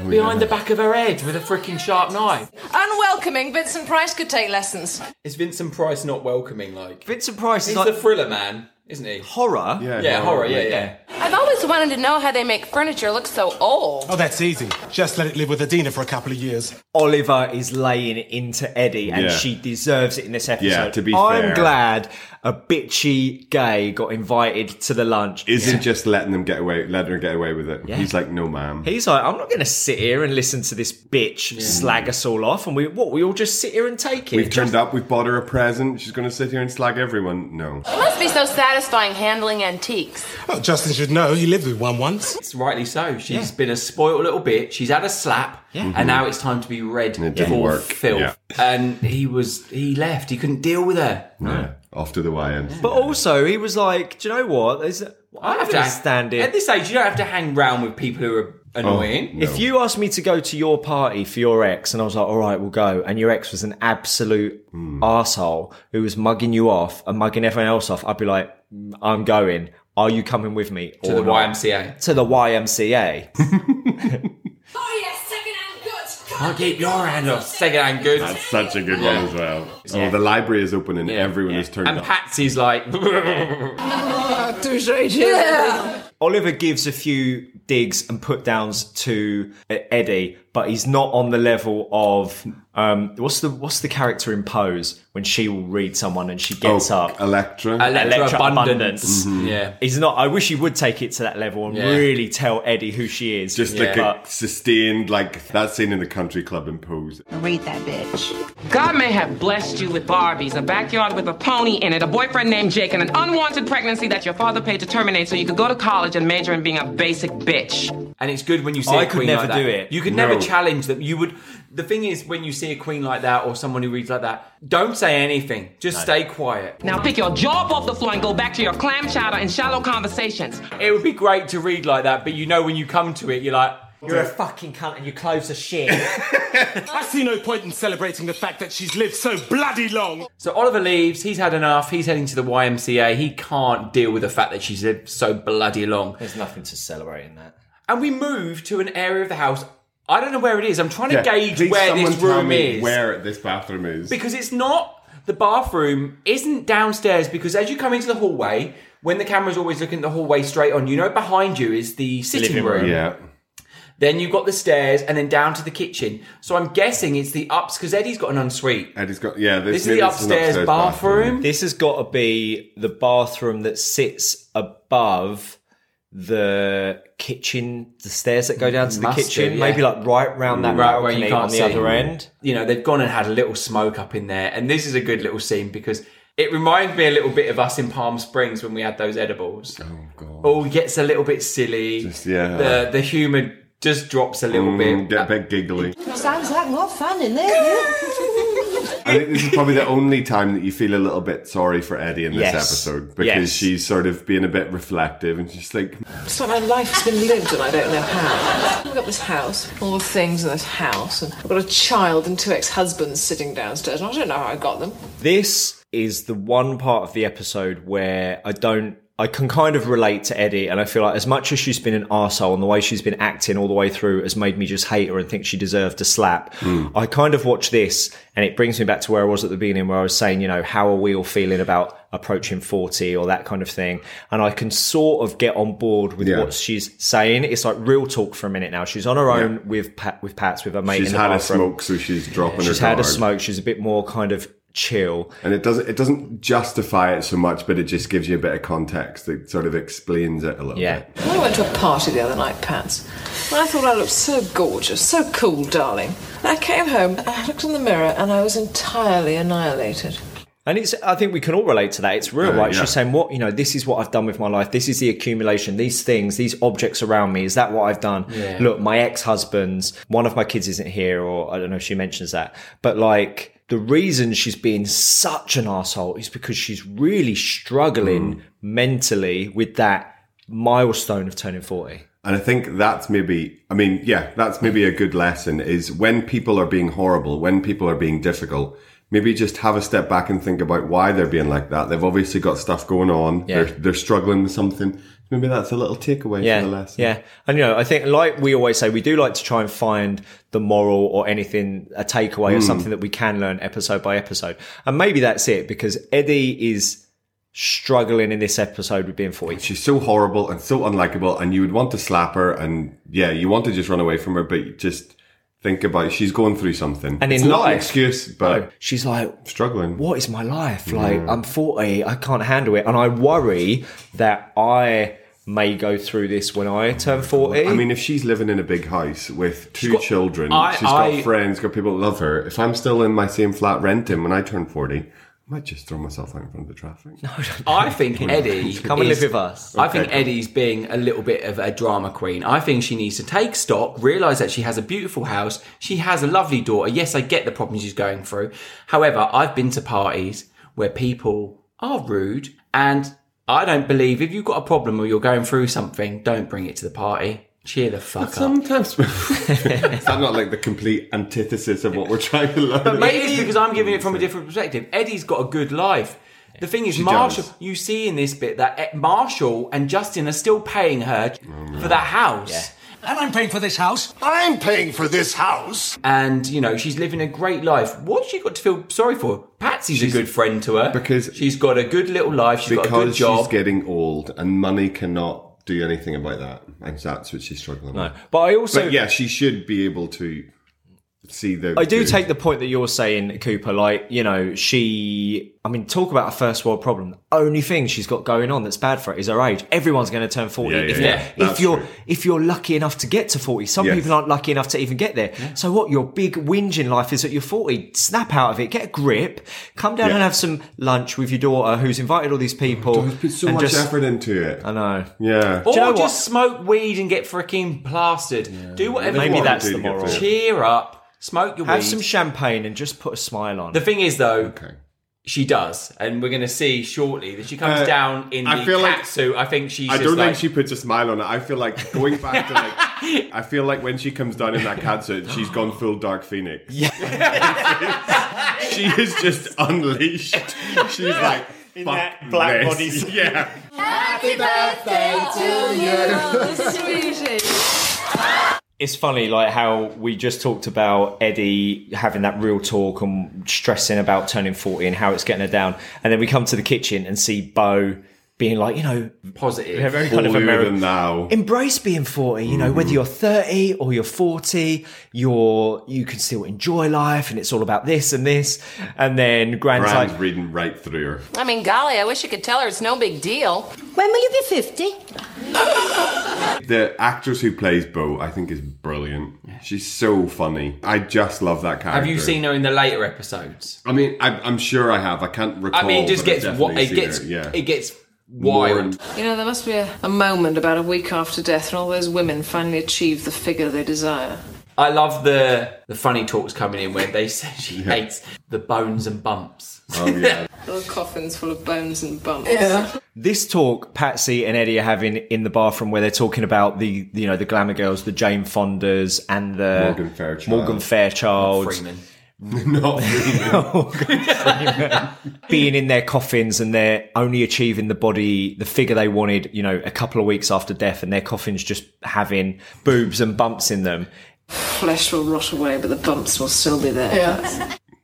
Speaker 2: behind the back of her head with a freaking sharp knife.
Speaker 5: Unwelcoming, Vincent Price could take lessons.
Speaker 2: Is Vincent Price not welcoming? Like
Speaker 1: Vincent Price is
Speaker 2: he's
Speaker 1: like
Speaker 2: the thriller man, isn't he?
Speaker 1: horror.
Speaker 2: Yeah, horror. Yeah, yeah.
Speaker 7: I've always wanted to know how they make furniture look so old.
Speaker 9: Oh, that's easy. Just let it live with Adina for a couple of years.
Speaker 1: Oliver is laying into Eddie, and
Speaker 3: Yeah.
Speaker 1: she deserves it in this episode.
Speaker 3: Yeah, to be
Speaker 1: I'm
Speaker 3: fair.
Speaker 1: glad a bitchy gay got invited to the lunch.
Speaker 3: Isn't just letting them get away, letting her get away with it. He's like, no, ma'am.
Speaker 1: He's like, I'm not going to sit here and listen to this bitch slag us all off, and we what we all just sit here and take it.
Speaker 3: We've turned up. We've bought her a present. She's gonna sit here and slag everyone. No.
Speaker 7: It must be so satisfying handling antiques.
Speaker 9: Well, Justin should know. He lived with one once.
Speaker 2: It's rightly so. She's been a spoiled little bitch. She's had a slap, and now it's time to be read
Speaker 3: it
Speaker 2: for
Speaker 3: didn't work.
Speaker 2: filth.
Speaker 3: Yeah.
Speaker 2: And he was he left. He couldn't deal with her.
Speaker 3: Yeah. Off to the YM.
Speaker 1: But also, he was like, do you know what? There's,
Speaker 2: I
Speaker 1: I'm
Speaker 2: have
Speaker 1: going
Speaker 2: to
Speaker 1: to stand
Speaker 2: At
Speaker 1: it.
Speaker 2: this age, you don't have to hang round with people who are
Speaker 3: Oh,
Speaker 2: annoying.
Speaker 1: If you asked me to go to your party for your ex, and I was like, all right, we'll go, and your ex was an absolute
Speaker 2: Hmm.
Speaker 1: asshole who was mugging you off and mugging everyone else off, I'd be like, "Mm, I'm going. Are you coming with me?
Speaker 2: to the YMCA.
Speaker 1: To the YMCA.
Speaker 4: Oh, yes, second-hand goods.
Speaker 2: I'll keep your hand off second-hand goods.
Speaker 3: That's such a good one as well. Oh, the library is open and everyone is turned
Speaker 2: and
Speaker 3: up.
Speaker 2: Patsy's like,
Speaker 1: Oliver gives a few digs and put downs to uh, Eddie, but he's not on the level of um, what's the what's the character in Pose when she will read someone and she
Speaker 3: oh,
Speaker 1: gets up.
Speaker 3: Electra.
Speaker 2: Electra
Speaker 1: Electra
Speaker 2: Abundance.
Speaker 1: Abundance.
Speaker 2: Yeah.
Speaker 1: He's not. I wish he would take it to that level and
Speaker 2: Yeah.
Speaker 1: really tell Eddie who she is.
Speaker 3: Just like
Speaker 1: But
Speaker 3: a sustained, like that scene in the country club in Pose.
Speaker 6: Read that bitch.
Speaker 11: God may have blessed you with Barbies, a backyard with a pony in it, a boyfriend named Jake, and an unwanted pregnancy that your father paid to terminate so you could go to college and major in being a basic bitch.
Speaker 2: And it's good when you see
Speaker 1: I
Speaker 2: a
Speaker 1: could
Speaker 2: queen
Speaker 1: never
Speaker 2: like that.
Speaker 1: do it.
Speaker 2: You could
Speaker 3: No.
Speaker 2: never challenge them. You would. The thing is, when you see a queen like that or someone who reads like that, don't say anything. Just stay quiet.
Speaker 11: Now pick your jaw up off the floor and go back to your clam chowder and shallow conversations.
Speaker 2: It would be great to read like that, but you know when you come to it, you're like,
Speaker 1: you're a fucking cunt and your clothes are shit.
Speaker 9: I see no point in celebrating the fact that she's lived so bloody long.
Speaker 2: So Oliver leaves. He's had enough. He's heading to the YMCA. He can't deal with the fact that she's lived so bloody long.
Speaker 1: There's nothing to celebrate in that.
Speaker 2: And we move to an area of the house. I don't know where it is. I'm trying to
Speaker 3: Yeah,
Speaker 2: gauge
Speaker 3: please
Speaker 2: where this
Speaker 3: someone tell
Speaker 2: room
Speaker 3: me
Speaker 2: is
Speaker 3: Where this bathroom is.
Speaker 2: because it's not. The bathroom isn't downstairs because as you come into the hallway, when the camera's always looking at the hallway straight on, you know behind you is the sitting
Speaker 1: Living
Speaker 2: room.
Speaker 1: room.
Speaker 3: yeah.
Speaker 2: Then you've got the stairs and then down to the kitchen. So I'm guessing it's the ups because Eddie's got an ensuite.
Speaker 3: And it's got, yeah, this,
Speaker 2: This is the
Speaker 3: maybe it's an
Speaker 2: upstairs, bathroom.
Speaker 1: This has got to be the bathroom that sits above the kitchen, the stairs that go down to the
Speaker 2: Must
Speaker 1: kitchen.
Speaker 2: do, yeah. Mm.
Speaker 1: Maybe like right round that
Speaker 2: Right
Speaker 1: balcony
Speaker 2: where you can't
Speaker 1: on the
Speaker 2: see.
Speaker 1: other end.
Speaker 2: you know, they've gone and had a little smoke up in there. And this is a good little scene because it reminds me a little bit of us in Palm Springs when we had those edibles.
Speaker 3: Oh, God.
Speaker 2: All gets a little bit silly.
Speaker 3: Just, yeah.
Speaker 2: The the humour just drops a little
Speaker 3: Mm,
Speaker 2: bit.
Speaker 3: get a bit giggly.
Speaker 6: Sounds like more fun in there.
Speaker 3: I think this is probably the only time that you feel a little bit sorry for Eddie in this
Speaker 1: Yes.
Speaker 3: episode because
Speaker 1: Yes.
Speaker 3: she's sort of being a bit reflective and she's like,
Speaker 5: So my life has been lived and I don't know how. I've got this house, all the things in this house, and I've got a child and two ex-husbands sitting downstairs, and I don't know how I got them.
Speaker 1: This is the one part of the episode where I don't. I can kind of relate to Eddie, and I feel like as much as she's been an arsehole and the way she's been acting all the way through has made me just hate her and think she deserved a slap.
Speaker 3: Hmm.
Speaker 1: I kind of watch this, and it brings me back to where I was at the beginning, where I was saying, you know, how are we all feeling about approaching 40 or that kind of thing? And I can sort of get on board with
Speaker 3: Yeah.
Speaker 1: what she's saying. It's like real talk for a minute now. She's on her own with Pat, with Pats, with her mate
Speaker 3: she's
Speaker 1: in the
Speaker 3: had a
Speaker 1: bathroom.
Speaker 3: smoke, so she's dropping
Speaker 1: She's
Speaker 3: her
Speaker 1: had a
Speaker 3: guard.
Speaker 1: smoke. She's a bit more kind of chill.
Speaker 3: And it doesn't, it doesn't justify it so much, but it just gives you a bit of context that sort of explains it a little
Speaker 1: Yeah.
Speaker 3: bit.
Speaker 5: I went to a party the other night, Pats, and I thought I looked so gorgeous, so cool, darling. And I came home, I looked in the mirror, and I was entirely annihilated.
Speaker 1: And it's, I think we can all relate to that. It's real,
Speaker 3: Uh,
Speaker 1: right?
Speaker 3: yeah.
Speaker 1: She's saying, what, you know, this is what I've done with my life. This is the accumulation, these things, these objects around me. Is that what I've done?
Speaker 2: Yeah.
Speaker 1: Look, my ex husband's, one of my kids isn't here, or I don't know if she mentions that. But like, the reason she's being such an asshole is because she's really struggling mentally with that milestone of turning 40.
Speaker 3: And I think that's maybe, I mean, yeah, that's maybe a good lesson is when people are being horrible, when people are being difficult, maybe just have a step back and think about why they're being like that. They've obviously got stuff going on.
Speaker 1: Yeah.
Speaker 3: They're, they're struggling with something. Maybe that's a little takeaway
Speaker 1: yeah,
Speaker 3: from the lesson.
Speaker 1: Yeah. And, you know, I think, like we always say, we do like to try and find the moral or anything, a takeaway or
Speaker 3: Mm.
Speaker 1: something that we can learn episode by episode. And maybe that's it because Eddie is struggling in this episode with being 40.
Speaker 3: She's so horrible and so unlikable and you would want to slap her and yeah, you want to just run away from her, but you just think about she's going through something.
Speaker 1: And
Speaker 3: it's
Speaker 1: in
Speaker 3: not an
Speaker 1: life- Oh.
Speaker 3: excuse, but
Speaker 1: she's like
Speaker 3: struggling.
Speaker 1: What is my life? Like
Speaker 3: Hmm.
Speaker 1: I'm 40, I can't handle it. And I worry that I may go through this when I turn 40.
Speaker 3: I mean, if she's living in a big house with two children,
Speaker 1: I-
Speaker 3: she's got
Speaker 1: I-
Speaker 3: friends, got people that love her. If I'm still in my same flat renting when I turn 40, I might just throw myself out in front of the traffic. No,
Speaker 2: I think Eddie.
Speaker 1: Come and
Speaker 2: is-
Speaker 1: live with us.
Speaker 2: I think
Speaker 1: Okay.
Speaker 2: Eddie's being a little bit of a drama queen. I think she needs to take stock, realise that she has a beautiful house, she has a lovely daughter. Yes, I get the problems she's going through. However, I've been to parties where people are rude, and I don't believe if you've got a problem or you're going through something, don't bring it to the party. Cheer the fuck up.
Speaker 3: Sometimes. Is that not like the complete antithesis of what we're trying to learn?
Speaker 2: But maybe it's because I'm giving it from a different perspective. Eddie's got a good life. The thing is,
Speaker 3: She
Speaker 2: Marshall,
Speaker 3: does.
Speaker 2: you see in this bit that eh, Marshall and Justin are still paying her for that house.
Speaker 9: And I'm paying for this house. I'm paying for this house.
Speaker 2: And, you know, she's living a great life. What's she got to feel sorry for? Patsy's a good friend to her. Because she's got a good little life, She's got a good
Speaker 3: because she's
Speaker 2: job.
Speaker 3: getting old and money cannot do anything about that. And that's what she's struggling with.
Speaker 1: But I also.
Speaker 3: But yeah, she should be able to see the.
Speaker 1: I do
Speaker 3: good.
Speaker 1: take the point that you're saying, Cooper. Like, you know, she, I mean, talk about a first world problem. The only thing she's got going on that's bad for her is her age. Everyone's going to turn 40.
Speaker 3: Yeah, yeah,
Speaker 1: if,
Speaker 3: yeah.
Speaker 1: if
Speaker 3: That's
Speaker 1: you're,
Speaker 3: true.
Speaker 1: if you're lucky enough to get to 40, some
Speaker 3: Yes.
Speaker 1: people aren't lucky enough to even get there. So what your big whinge in life is that you're 40. Snap out of it. Get a grip. Come down
Speaker 3: Yeah.
Speaker 1: and have some lunch with your daughter who's invited all these people.
Speaker 3: Put so
Speaker 1: and
Speaker 3: much
Speaker 1: just-
Speaker 3: effort into it.
Speaker 1: I know.
Speaker 3: Yeah.
Speaker 2: Or
Speaker 1: Do you know what?
Speaker 2: just smoke weed and get freaking plastered. Do whatever
Speaker 1: Maybe
Speaker 2: you want.
Speaker 1: that's
Speaker 3: do
Speaker 1: the
Speaker 3: to get
Speaker 1: moral.
Speaker 3: through it.
Speaker 2: Cheer up. Smoke your
Speaker 1: Have
Speaker 2: weed.
Speaker 1: some champagne and just put a smile on.
Speaker 2: The thing is, though,
Speaker 3: Okay.
Speaker 2: she does, and we're going to see shortly that she comes
Speaker 3: Uh,
Speaker 2: down in
Speaker 3: I
Speaker 2: the
Speaker 3: feel
Speaker 2: cat
Speaker 3: like-
Speaker 2: suit. I think she's.
Speaker 3: I
Speaker 2: just
Speaker 3: don't
Speaker 2: like,
Speaker 3: think she puts a smile on it. I feel like going back to like, I feel like when she comes down in that cat suit, she's gone full Dark Phoenix. Yeah. she is just unleashed. She's like, in
Speaker 1: that black
Speaker 3: this.
Speaker 1: body.
Speaker 3: Yeah.
Speaker 6: Happy birthday to you.
Speaker 1: it's funny like how we just talked about Eddie having that real talk and stressing about turning 40 and how it's getting her down and then we come to the kitchen and see Bo being like you know
Speaker 2: positive.
Speaker 1: very kind of
Speaker 3: Holier
Speaker 1: American Mm-hmm.
Speaker 3: than thou.
Speaker 1: embrace being 40 you know whether you're 30 or you're 40 you're you can still enjoy life and it's all about this and this and then Grand's
Speaker 3: Bran's
Speaker 1: like
Speaker 3: reading right through her.
Speaker 7: I mean, golly, I wish you could tell her it's no big deal.
Speaker 6: When will you be 50?
Speaker 3: The actress who plays Bo, I think, is brilliant. She's so funny. I just love that character.
Speaker 2: Have you seen her in the later episodes?
Speaker 3: I mean, I, I'm sure I have. I can't recall.
Speaker 2: I mean, it just
Speaker 3: but I've
Speaker 2: gets what
Speaker 3: definitely
Speaker 2: it
Speaker 3: seen
Speaker 2: gets.
Speaker 3: her, Yeah.
Speaker 2: It gets wild.
Speaker 3: Warren.
Speaker 5: You know, there must be a, a moment about a week after death when all those women finally achieve the figure they desire.
Speaker 2: I love the the funny talks coming in where they say she hates the bones and bumps.
Speaker 3: Oh yeah.
Speaker 5: Little coffins full of bones and bumps.
Speaker 1: this talk Patsy and Eddie are having in the bathroom where they're talking about the you know the glamour girls the Jane Fondas and the
Speaker 3: Morgan Fairchild.
Speaker 1: Morgan
Speaker 3: Oh,
Speaker 1: Fairchild
Speaker 2: Freeman.
Speaker 3: Not really.
Speaker 1: being in their coffins and they're only achieving the body, the figure they wanted, you know, a couple of weeks after death and their coffins just having boobs and bumps in them.
Speaker 5: Flesh will rot away, but the bumps will still be there.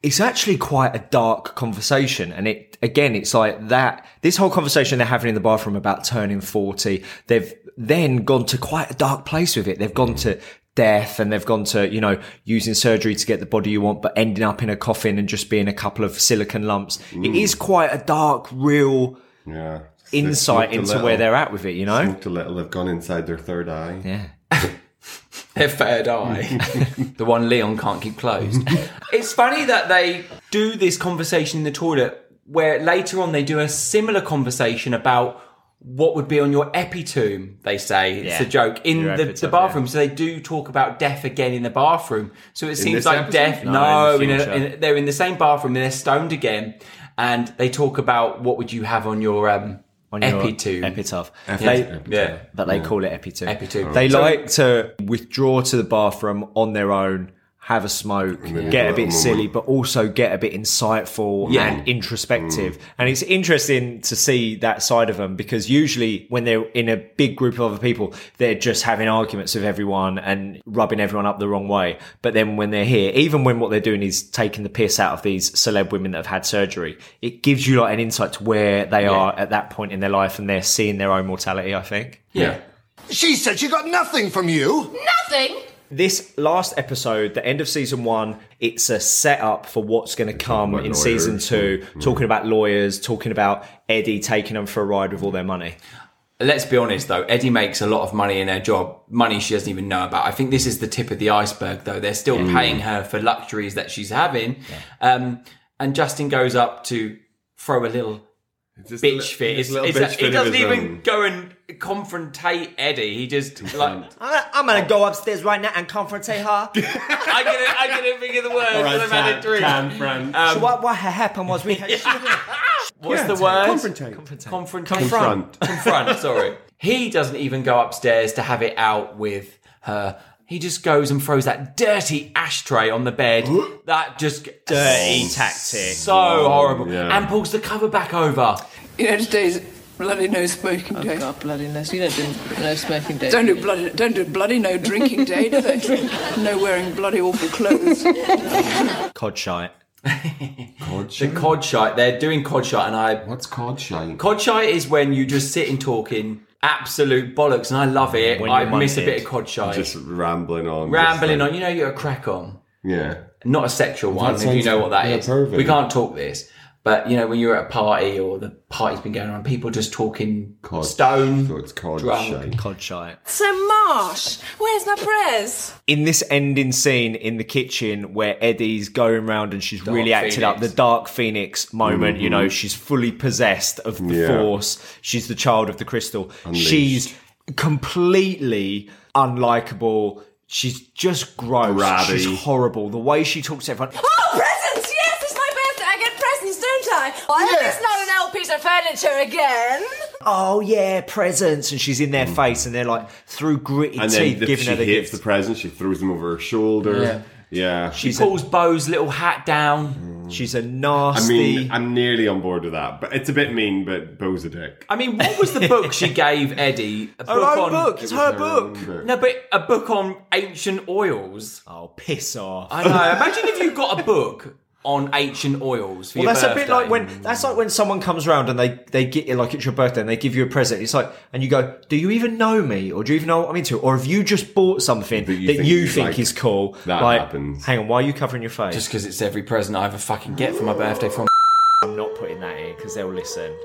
Speaker 1: It's actually quite a dark conversation. And it, again, it's like that, this whole conversation they're having in the bathroom about turning 40, they've then gone to quite a dark place with it. They've gone to, Death and they've gone to, you know, using surgery to get the body you want, but ending up in a coffin and just being a couple of silicon lumps. It is quite a dark, real
Speaker 3: yeah.
Speaker 1: insight
Speaker 3: Smoked a
Speaker 1: into
Speaker 3: little.
Speaker 1: where they're at with it, you know?
Speaker 3: Smoked a little. They've gone inside their third eye.
Speaker 1: Yeah.
Speaker 2: Their third eye. the one Leon can't keep closed. it's funny that they do this conversation in the toilet where later on they do a similar conversation about what would be on your epitome, they say. It's
Speaker 1: Yeah.
Speaker 2: a joke. In
Speaker 1: Your
Speaker 2: the, the
Speaker 1: epitome,
Speaker 2: bathroom. So they do talk about death again in the bathroom. So it seems
Speaker 1: this
Speaker 2: like
Speaker 1: episode?
Speaker 2: death.
Speaker 1: No,
Speaker 2: No,
Speaker 1: in the
Speaker 2: in a-
Speaker 1: future.
Speaker 2: in- they're in the same bathroom and they're stoned again. And they talk about what would you have on your um,
Speaker 1: on your
Speaker 2: epitome.
Speaker 1: epitaph.
Speaker 2: Epitaph.
Speaker 1: They,
Speaker 2: Yeah.
Speaker 1: but they
Speaker 2: Yeah.
Speaker 1: call it epitome.
Speaker 2: Epitome.
Speaker 1: They
Speaker 2: So-
Speaker 1: like to withdraw to the bathroom on their own, have a smoke,
Speaker 2: then
Speaker 1: get a
Speaker 2: have a
Speaker 1: bit
Speaker 2: moment.
Speaker 1: silly, but also get a bit insightful
Speaker 2: Yeah.
Speaker 1: and introspective. And it's interesting to see that side of them because usually when they're in a big group of other people, they're just having arguments with everyone and rubbing everyone up the wrong way. But then when they're here, even when what they're doing is taking the piss out of these celeb women that have had surgery, it gives you like an insight to where they are at that point in their life and they're seeing their own mortality, I think.
Speaker 2: Yeah.
Speaker 12: She said she got nothing from you.
Speaker 7: Nothing?
Speaker 1: This last episode, the end of season one, it's a setup for what's going to come in
Speaker 2: about lawyers. Mm.
Speaker 1: season two, talking about lawyers, talking about Eddie taking them for a ride with all their money.
Speaker 2: Let's be honest though, Eddie makes a lot of money in her job, money she doesn't even know about. I think this is the tip of the iceberg though. They're still
Speaker 1: Yeah.
Speaker 2: paying her for luxuries that she's having. Um, and Justin goes up to throw a little bitch fit.
Speaker 3: li- just
Speaker 2: It's,
Speaker 3: a little
Speaker 2: it's
Speaker 3: bitch
Speaker 2: a-
Speaker 3: fit
Speaker 2: he
Speaker 3: of
Speaker 2: doesn't
Speaker 3: his
Speaker 2: even
Speaker 3: own.
Speaker 2: go and confrontate Eddie. He just like
Speaker 1: I'm going to go upstairs right now and confrontate her.
Speaker 2: I get it. I get it. Think of the words.
Speaker 1: Alright,
Speaker 2: I've had a
Speaker 1: Fran,
Speaker 2: drink.
Speaker 1: Fran, Fran. So what- what happened was we had.
Speaker 2: What's
Speaker 1: Um, Yeah,
Speaker 2: the word?
Speaker 1: confrontate.
Speaker 2: Confrontate.
Speaker 1: Confront.
Speaker 2: Confront. Confront. Sorry. He doesn't even go upstairs to have it out with her. He just goes and throws that dirty ashtray on the bed. that just
Speaker 1: Dirty tactic.
Speaker 2: So horrible. And pulls the cover back over.
Speaker 5: You know, today's bloody no smoking day. Oh, God, bloody no. You don't do no smoking day. Don't do bloody, don't do bloody no drinking day, do they? No wearing bloody awful clothes.
Speaker 1: Cod shite.
Speaker 2: cod shite. The cod shite. They're doing cod shite, and I.
Speaker 8: What's cod shite?
Speaker 2: Cod shite is when you just sit and talk in absolute bollocks, and I love it.
Speaker 3: When
Speaker 2: I
Speaker 3: you're
Speaker 2: miss a
Speaker 3: wanted.
Speaker 2: bit of cod shite.
Speaker 3: Just rambling on.
Speaker 2: Rambling on. You know you're a crack on.
Speaker 3: Yeah.
Speaker 2: Not a sexual
Speaker 3: That
Speaker 2: one, if you
Speaker 3: sounds-
Speaker 2: know what that
Speaker 3: yeah,
Speaker 2: is.
Speaker 3: pervert.
Speaker 2: We can't talk this. But, you know, when you're at a party or the party's been going on, people just talking stone,
Speaker 3: cod
Speaker 2: drunk.
Speaker 1: Cod shite.
Speaker 13: So Marsh, where's my prayers?
Speaker 1: in this ending scene in the kitchen where Eddie's going round and she's really acted up the
Speaker 13: Phoenix.
Speaker 1: Dark Phoenix moment, you
Speaker 13: Mhm.
Speaker 3: Mm-hmm.
Speaker 1: know, she's fully possessed of the
Speaker 13: Yeah.
Speaker 1: force. She's the child of the crystal. She's completely unlikable. She's just gross.
Speaker 3: Grabby.
Speaker 1: She's horrible. The way she talks to everyone.
Speaker 13: Oh, presents! Yes, it's my birthday. I get presents, don't I? I hope it's not an old piece of furniture again.
Speaker 1: Oh yeah, presents, and she's in their face, and they're like through gritty
Speaker 3: Mm. And then
Speaker 1: teeth
Speaker 3: the,
Speaker 1: giving
Speaker 3: she
Speaker 1: her the
Speaker 3: hits
Speaker 1: gift.
Speaker 3: the present, she throws them over her shoulder.
Speaker 1: Yeah.
Speaker 3: Yeah.
Speaker 1: She
Speaker 3: She's
Speaker 2: pulls Bo's little hat down.
Speaker 1: She's a
Speaker 3: I
Speaker 1: nasty.
Speaker 3: mean, I'm nearly on board with that, but it's a bit mean, but Bo's a dick.
Speaker 2: I mean, what was the book she gave Eddie? A
Speaker 1: Her own book. It's her
Speaker 3: book.
Speaker 2: No, but a book on ancient oils.
Speaker 1: Oh, piss off.
Speaker 2: I know. Imagine if you got a book on ancient oils for
Speaker 1: Well,
Speaker 2: your
Speaker 1: that's a bit
Speaker 2: birthday.
Speaker 1: like when that's like when someone comes round and they they get you like it's your birthday and they give you a present. It's like and you go, do you even know me or do you even know what I'm into or have you just bought something that you think,
Speaker 2: think you like.
Speaker 1: is cool?
Speaker 2: That
Speaker 1: like,
Speaker 2: happens.
Speaker 1: Hang on, why are you covering your face?
Speaker 2: Just because it's every present I ever fucking get for my birthday from.
Speaker 1: I'm not putting that in because they'll listen.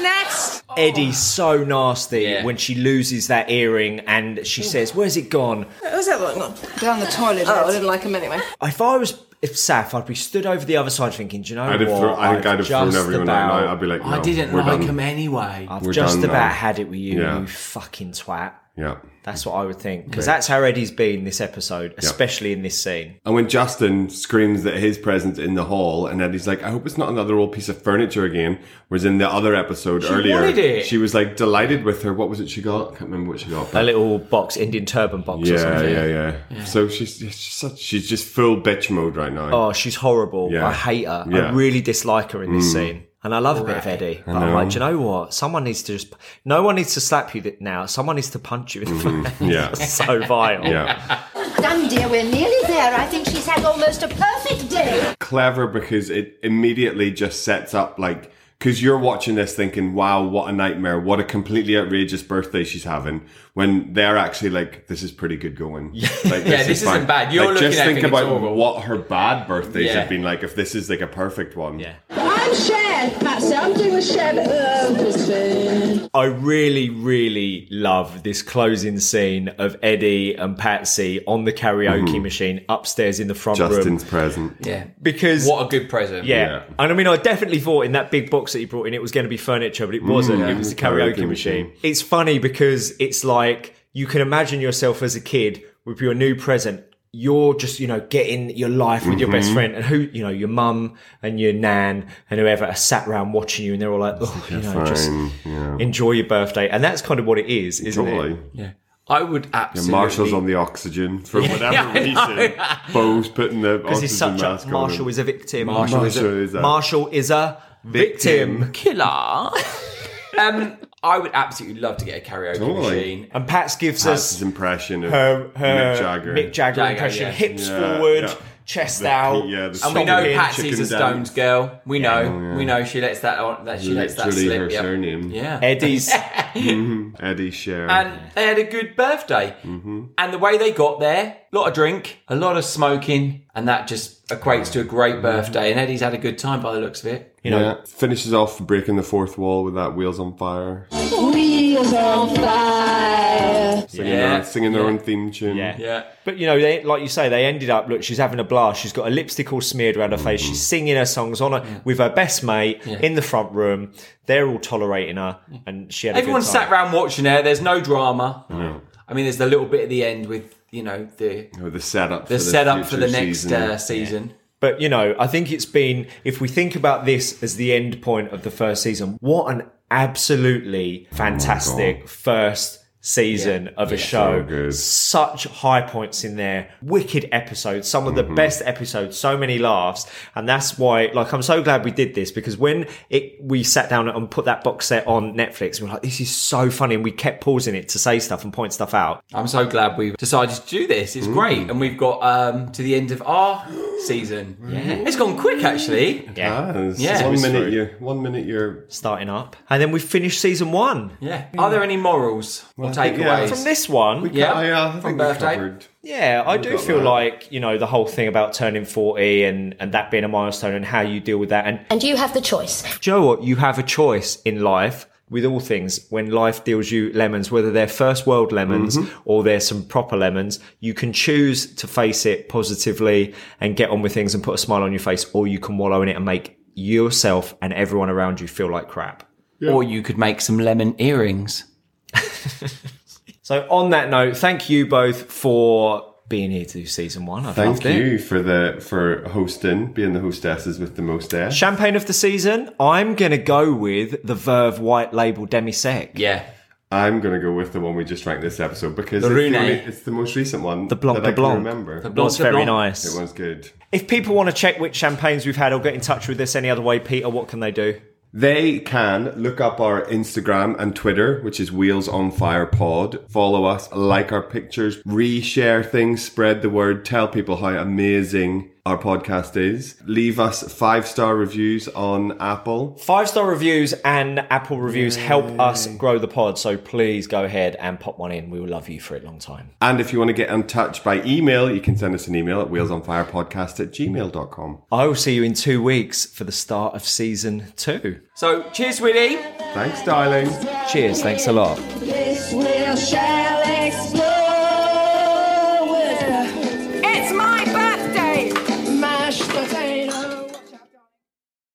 Speaker 13: Next.
Speaker 1: Eddie's so nasty when she loses that earring and she says, "Where's it gone?"
Speaker 5: Where's that one gone? Down the toilet. Oh, I didn't like him anyway.
Speaker 1: If I was if Saf, I'd be stood over the other side thinking, do you know
Speaker 3: I'd have
Speaker 1: what?
Speaker 3: thrown- I think I'd have thrown
Speaker 1: just
Speaker 3: everyone out.
Speaker 1: about-
Speaker 3: and I- I'd be like,
Speaker 2: I
Speaker 3: "No,
Speaker 2: didn't
Speaker 3: we're
Speaker 2: like
Speaker 3: done." Ah.
Speaker 2: him anyway.
Speaker 1: I've
Speaker 3: We're
Speaker 1: just
Speaker 3: done
Speaker 1: about
Speaker 3: now.
Speaker 1: had it with you,
Speaker 3: Yeah.
Speaker 1: you fucking twat.
Speaker 3: Yeah.
Speaker 1: That's what I would think. Because
Speaker 3: Yeah.
Speaker 1: that's how Eddie's been this episode, especially in this scene.
Speaker 3: And when Justin screams that his present's in the hall, and Eddie's like, I hope it's not another old piece of furniture again. Whereas in the other episode
Speaker 1: She
Speaker 3: earlier,
Speaker 1: wanted it.
Speaker 3: she was like delighted with her. What was it she got? I can't remember what she got.
Speaker 1: A
Speaker 3: but-
Speaker 1: little box, Indian turban box or
Speaker 3: yeah,
Speaker 1: something.
Speaker 3: yeah, yeah, So she's, she's such, she's just full bitch mode right now.
Speaker 1: Oh, she's horrible.
Speaker 3: Yeah.
Speaker 1: I hate her. I
Speaker 3: Yeah.
Speaker 1: really dislike her in this
Speaker 3: Mm.
Speaker 1: scene. And I love a bit of Eddie. But I'm
Speaker 3: know.
Speaker 1: like, do you know what? Someone needs to just. No one needs to slap you th- now. Someone needs to punch you in the
Speaker 3: Mhm.
Speaker 1: face.
Speaker 3: Yeah.
Speaker 1: so vile.
Speaker 3: Yeah.
Speaker 6: Done, dear. We're nearly there. I think she's had almost a perfect day.
Speaker 3: Clever because it immediately just sets up like because you're watching this thinking, wow, what a nightmare. What a completely outrageous birthday she's having when they're actually like, this is pretty good going. Yeah, like,
Speaker 2: Yeah, this isn't
Speaker 3: fine.
Speaker 2: bad. You're
Speaker 3: like,
Speaker 2: looking
Speaker 3: Just
Speaker 2: at it
Speaker 3: think
Speaker 2: thinking it's
Speaker 3: about what her bad birthdays
Speaker 2: Yeah.
Speaker 3: have been like if this is like a perfect one. Yeah.
Speaker 14: I'm Cher, that's it. I'm doing a Cher bit. Oh,
Speaker 1: I really, really love this closing scene of Eddie and Patsy on the karaoke
Speaker 3: Mhm.
Speaker 1: machine upstairs in the front room.
Speaker 3: Justin's present.
Speaker 2: Yeah.
Speaker 1: Because
Speaker 2: what a good present.
Speaker 1: Yeah. And I mean, I definitely thought in that big box that he brought in, it was going to be furniture, but it wasn't.
Speaker 3: Mm,
Speaker 1: it was the
Speaker 3: yeah.
Speaker 1: karaoke,
Speaker 3: Karaoke
Speaker 1: machine.
Speaker 3: machine.
Speaker 1: It's funny because it's like you can imagine yourself as a kid with your new present. You're just, you know, getting your life with your best
Speaker 3: Mm-hmm.
Speaker 15: Mhm.
Speaker 1: friend and who, you know, your mum and your nan and whoever are sat around watching you and they're all like, oh, you know, just
Speaker 3: Fine, yeah.
Speaker 1: enjoy your birthday. And that's kind of what it is, isn't it?
Speaker 3: Totally.
Speaker 2: Yeah. I would
Speaker 3: Yeah,
Speaker 2: absolutely.
Speaker 3: Marshall's on the oxygen for
Speaker 2: Yeah,
Speaker 3: whatever
Speaker 2: I know.
Speaker 3: reason. Bo's putting the
Speaker 1: Because he's
Speaker 3: oxygen
Speaker 1: such a,
Speaker 3: mask on
Speaker 1: Marshall
Speaker 3: him.
Speaker 1: is a victim.
Speaker 3: Marshall, is a,
Speaker 1: Marshall is a victim.
Speaker 2: Killer. um, I would absolutely love to get a karaoke machine.
Speaker 1: And Pats gives
Speaker 3: Pat's
Speaker 1: us
Speaker 3: impression of
Speaker 1: her, her
Speaker 3: Mick Jagger.
Speaker 1: Mick Jagger
Speaker 2: Jagger,
Speaker 1: impression.
Speaker 2: yeah.
Speaker 1: Hips
Speaker 2: Yeah,
Speaker 1: forward,
Speaker 2: yeah.
Speaker 1: chest
Speaker 2: The-
Speaker 1: out.
Speaker 2: yeah, the
Speaker 1: stop
Speaker 2: and we know
Speaker 1: it.
Speaker 2: Patsy's a
Speaker 1: Chicken
Speaker 2: Stones girl. We know.
Speaker 3: yeah.
Speaker 2: We know she lets that on. That she lets that
Speaker 3: Literally
Speaker 2: slip.
Speaker 3: her
Speaker 2: yep.
Speaker 3: surname.
Speaker 2: Yeah.
Speaker 1: Eddie's-
Speaker 3: Mhm. Eddie Cher.
Speaker 2: And they had a good birthday.
Speaker 3: Mm-hmm.
Speaker 2: And the way they got there, a lot of drink, a lot of smoking, and that just equates to a
Speaker 3: Mm-hmm.
Speaker 2: great birthday. And Eddie's had a good time by the looks of it.
Speaker 3: you know, finishes off breaking the fourth wall with that "Wheels on Fire,"
Speaker 14: Wheels on fire.
Speaker 3: singing, their, singing their own theme tune. Yeah,
Speaker 2: yeah.
Speaker 1: But you know, they like you say, they ended up. Look, she's having a blast. She's got a lipstick all smeared around her face.
Speaker 2: Mm-hmm.
Speaker 1: She's singing her songs on her with her best mate
Speaker 2: Yeah.
Speaker 1: in the front room. They're all tolerating her, and she had.
Speaker 2: Everyone
Speaker 1: a good time.
Speaker 2: sat round watching her. There's no drama.
Speaker 3: No.
Speaker 2: I mean, there's the little bit at the end with you know the
Speaker 3: With Oh, the setup.
Speaker 2: the
Speaker 3: for the
Speaker 2: setup for the
Speaker 3: future
Speaker 2: next
Speaker 3: season.
Speaker 2: Uh, season.
Speaker 1: But you know, I think it's been if we think about this as the end point of the first season, what an absolutely fantastic first season of a
Speaker 3: Oh Yeah.
Speaker 1: show.
Speaker 3: So good.
Speaker 1: Such high points in there, wicked episodes, some of the
Speaker 3: Mm-hmm.
Speaker 1: best episodes, so many laughs, and that's why like I'm so glad we did this because when it we sat down and put that box set on Netflix, we were like this is so funny and we kept pausing it to say stuff and point stuff out.
Speaker 2: I'm so glad we decided to do this. It's great, and we've got um, to the end of our season. Yeah. It's gone quick, actually.
Speaker 3: Ah, it's
Speaker 2: Yeah.
Speaker 3: One minute you're, one minute you're
Speaker 1: starting up, and then we finished season one.
Speaker 2: Yeah. Are there any morals or
Speaker 1: I think,
Speaker 2: takeaways
Speaker 1: yeah. From this one? We
Speaker 2: yeah.
Speaker 1: ca- yeah, I
Speaker 2: From
Speaker 1: think we
Speaker 2: birthday.
Speaker 1: covered. Yeah, I
Speaker 2: We've
Speaker 1: do
Speaker 2: got
Speaker 1: feel
Speaker 2: that.
Speaker 1: like, you know, the whole thing about turning 40 and, and that being a milestone and how you deal with that. And
Speaker 10: And you have the choice.
Speaker 1: do you know what? You have a choice in life with all things when life deals you lemons, whether they're first world lemons
Speaker 2: Mm-hmm.
Speaker 1: or they're some proper lemons. You can choose to face it positively and get on with things and put a smile on your face, or you can wallow in it and make yourself and everyone around you feel like crap.
Speaker 2: Or you could make some lemon earrings.
Speaker 1: So, on that note, thank you both for being here to do season one. I've
Speaker 3: Thank
Speaker 1: loved it.
Speaker 3: you for the for hosting, being the hostesses with the most S.
Speaker 1: Champagne of the season, I'm going to go with the Verve White Label Demi Sec.
Speaker 2: Yeah.
Speaker 3: I'm gonna go with the one we just ranked this episode because
Speaker 1: The
Speaker 3: it's,
Speaker 1: Rooney.
Speaker 3: the only, it's the most recent one. The
Speaker 1: Blanc
Speaker 3: that I
Speaker 1: de
Speaker 3: can
Speaker 1: Blanc.
Speaker 3: Remember,
Speaker 1: The Blanc Was de very Blanc. nice.
Speaker 3: It was good.
Speaker 1: If people want to check which champagnes we've had or get in touch with us any other way, Peter, what can they do?
Speaker 3: They can look up our Instagram and Twitter, which is Wheels on Fire Pod. Follow us, like our pictures, reshare things, spread the word, tell people how amazing our podcast is. Leave us five star reviews on Apple.
Speaker 1: Five star reviews and Apple reviews help us grow the pod, so please go ahead and pop one in. We will love you for a long time.
Speaker 3: And if you want to get in touch by email, you can send us an email at wheelsonfirepodcast at gmail.com.
Speaker 1: I will see you in two weeks for the start of season two.
Speaker 2: So, cheers, Willie.
Speaker 3: Thanks, darling.
Speaker 1: Cheers. Thanks a lot.
Speaker 14: This wheel shall explode.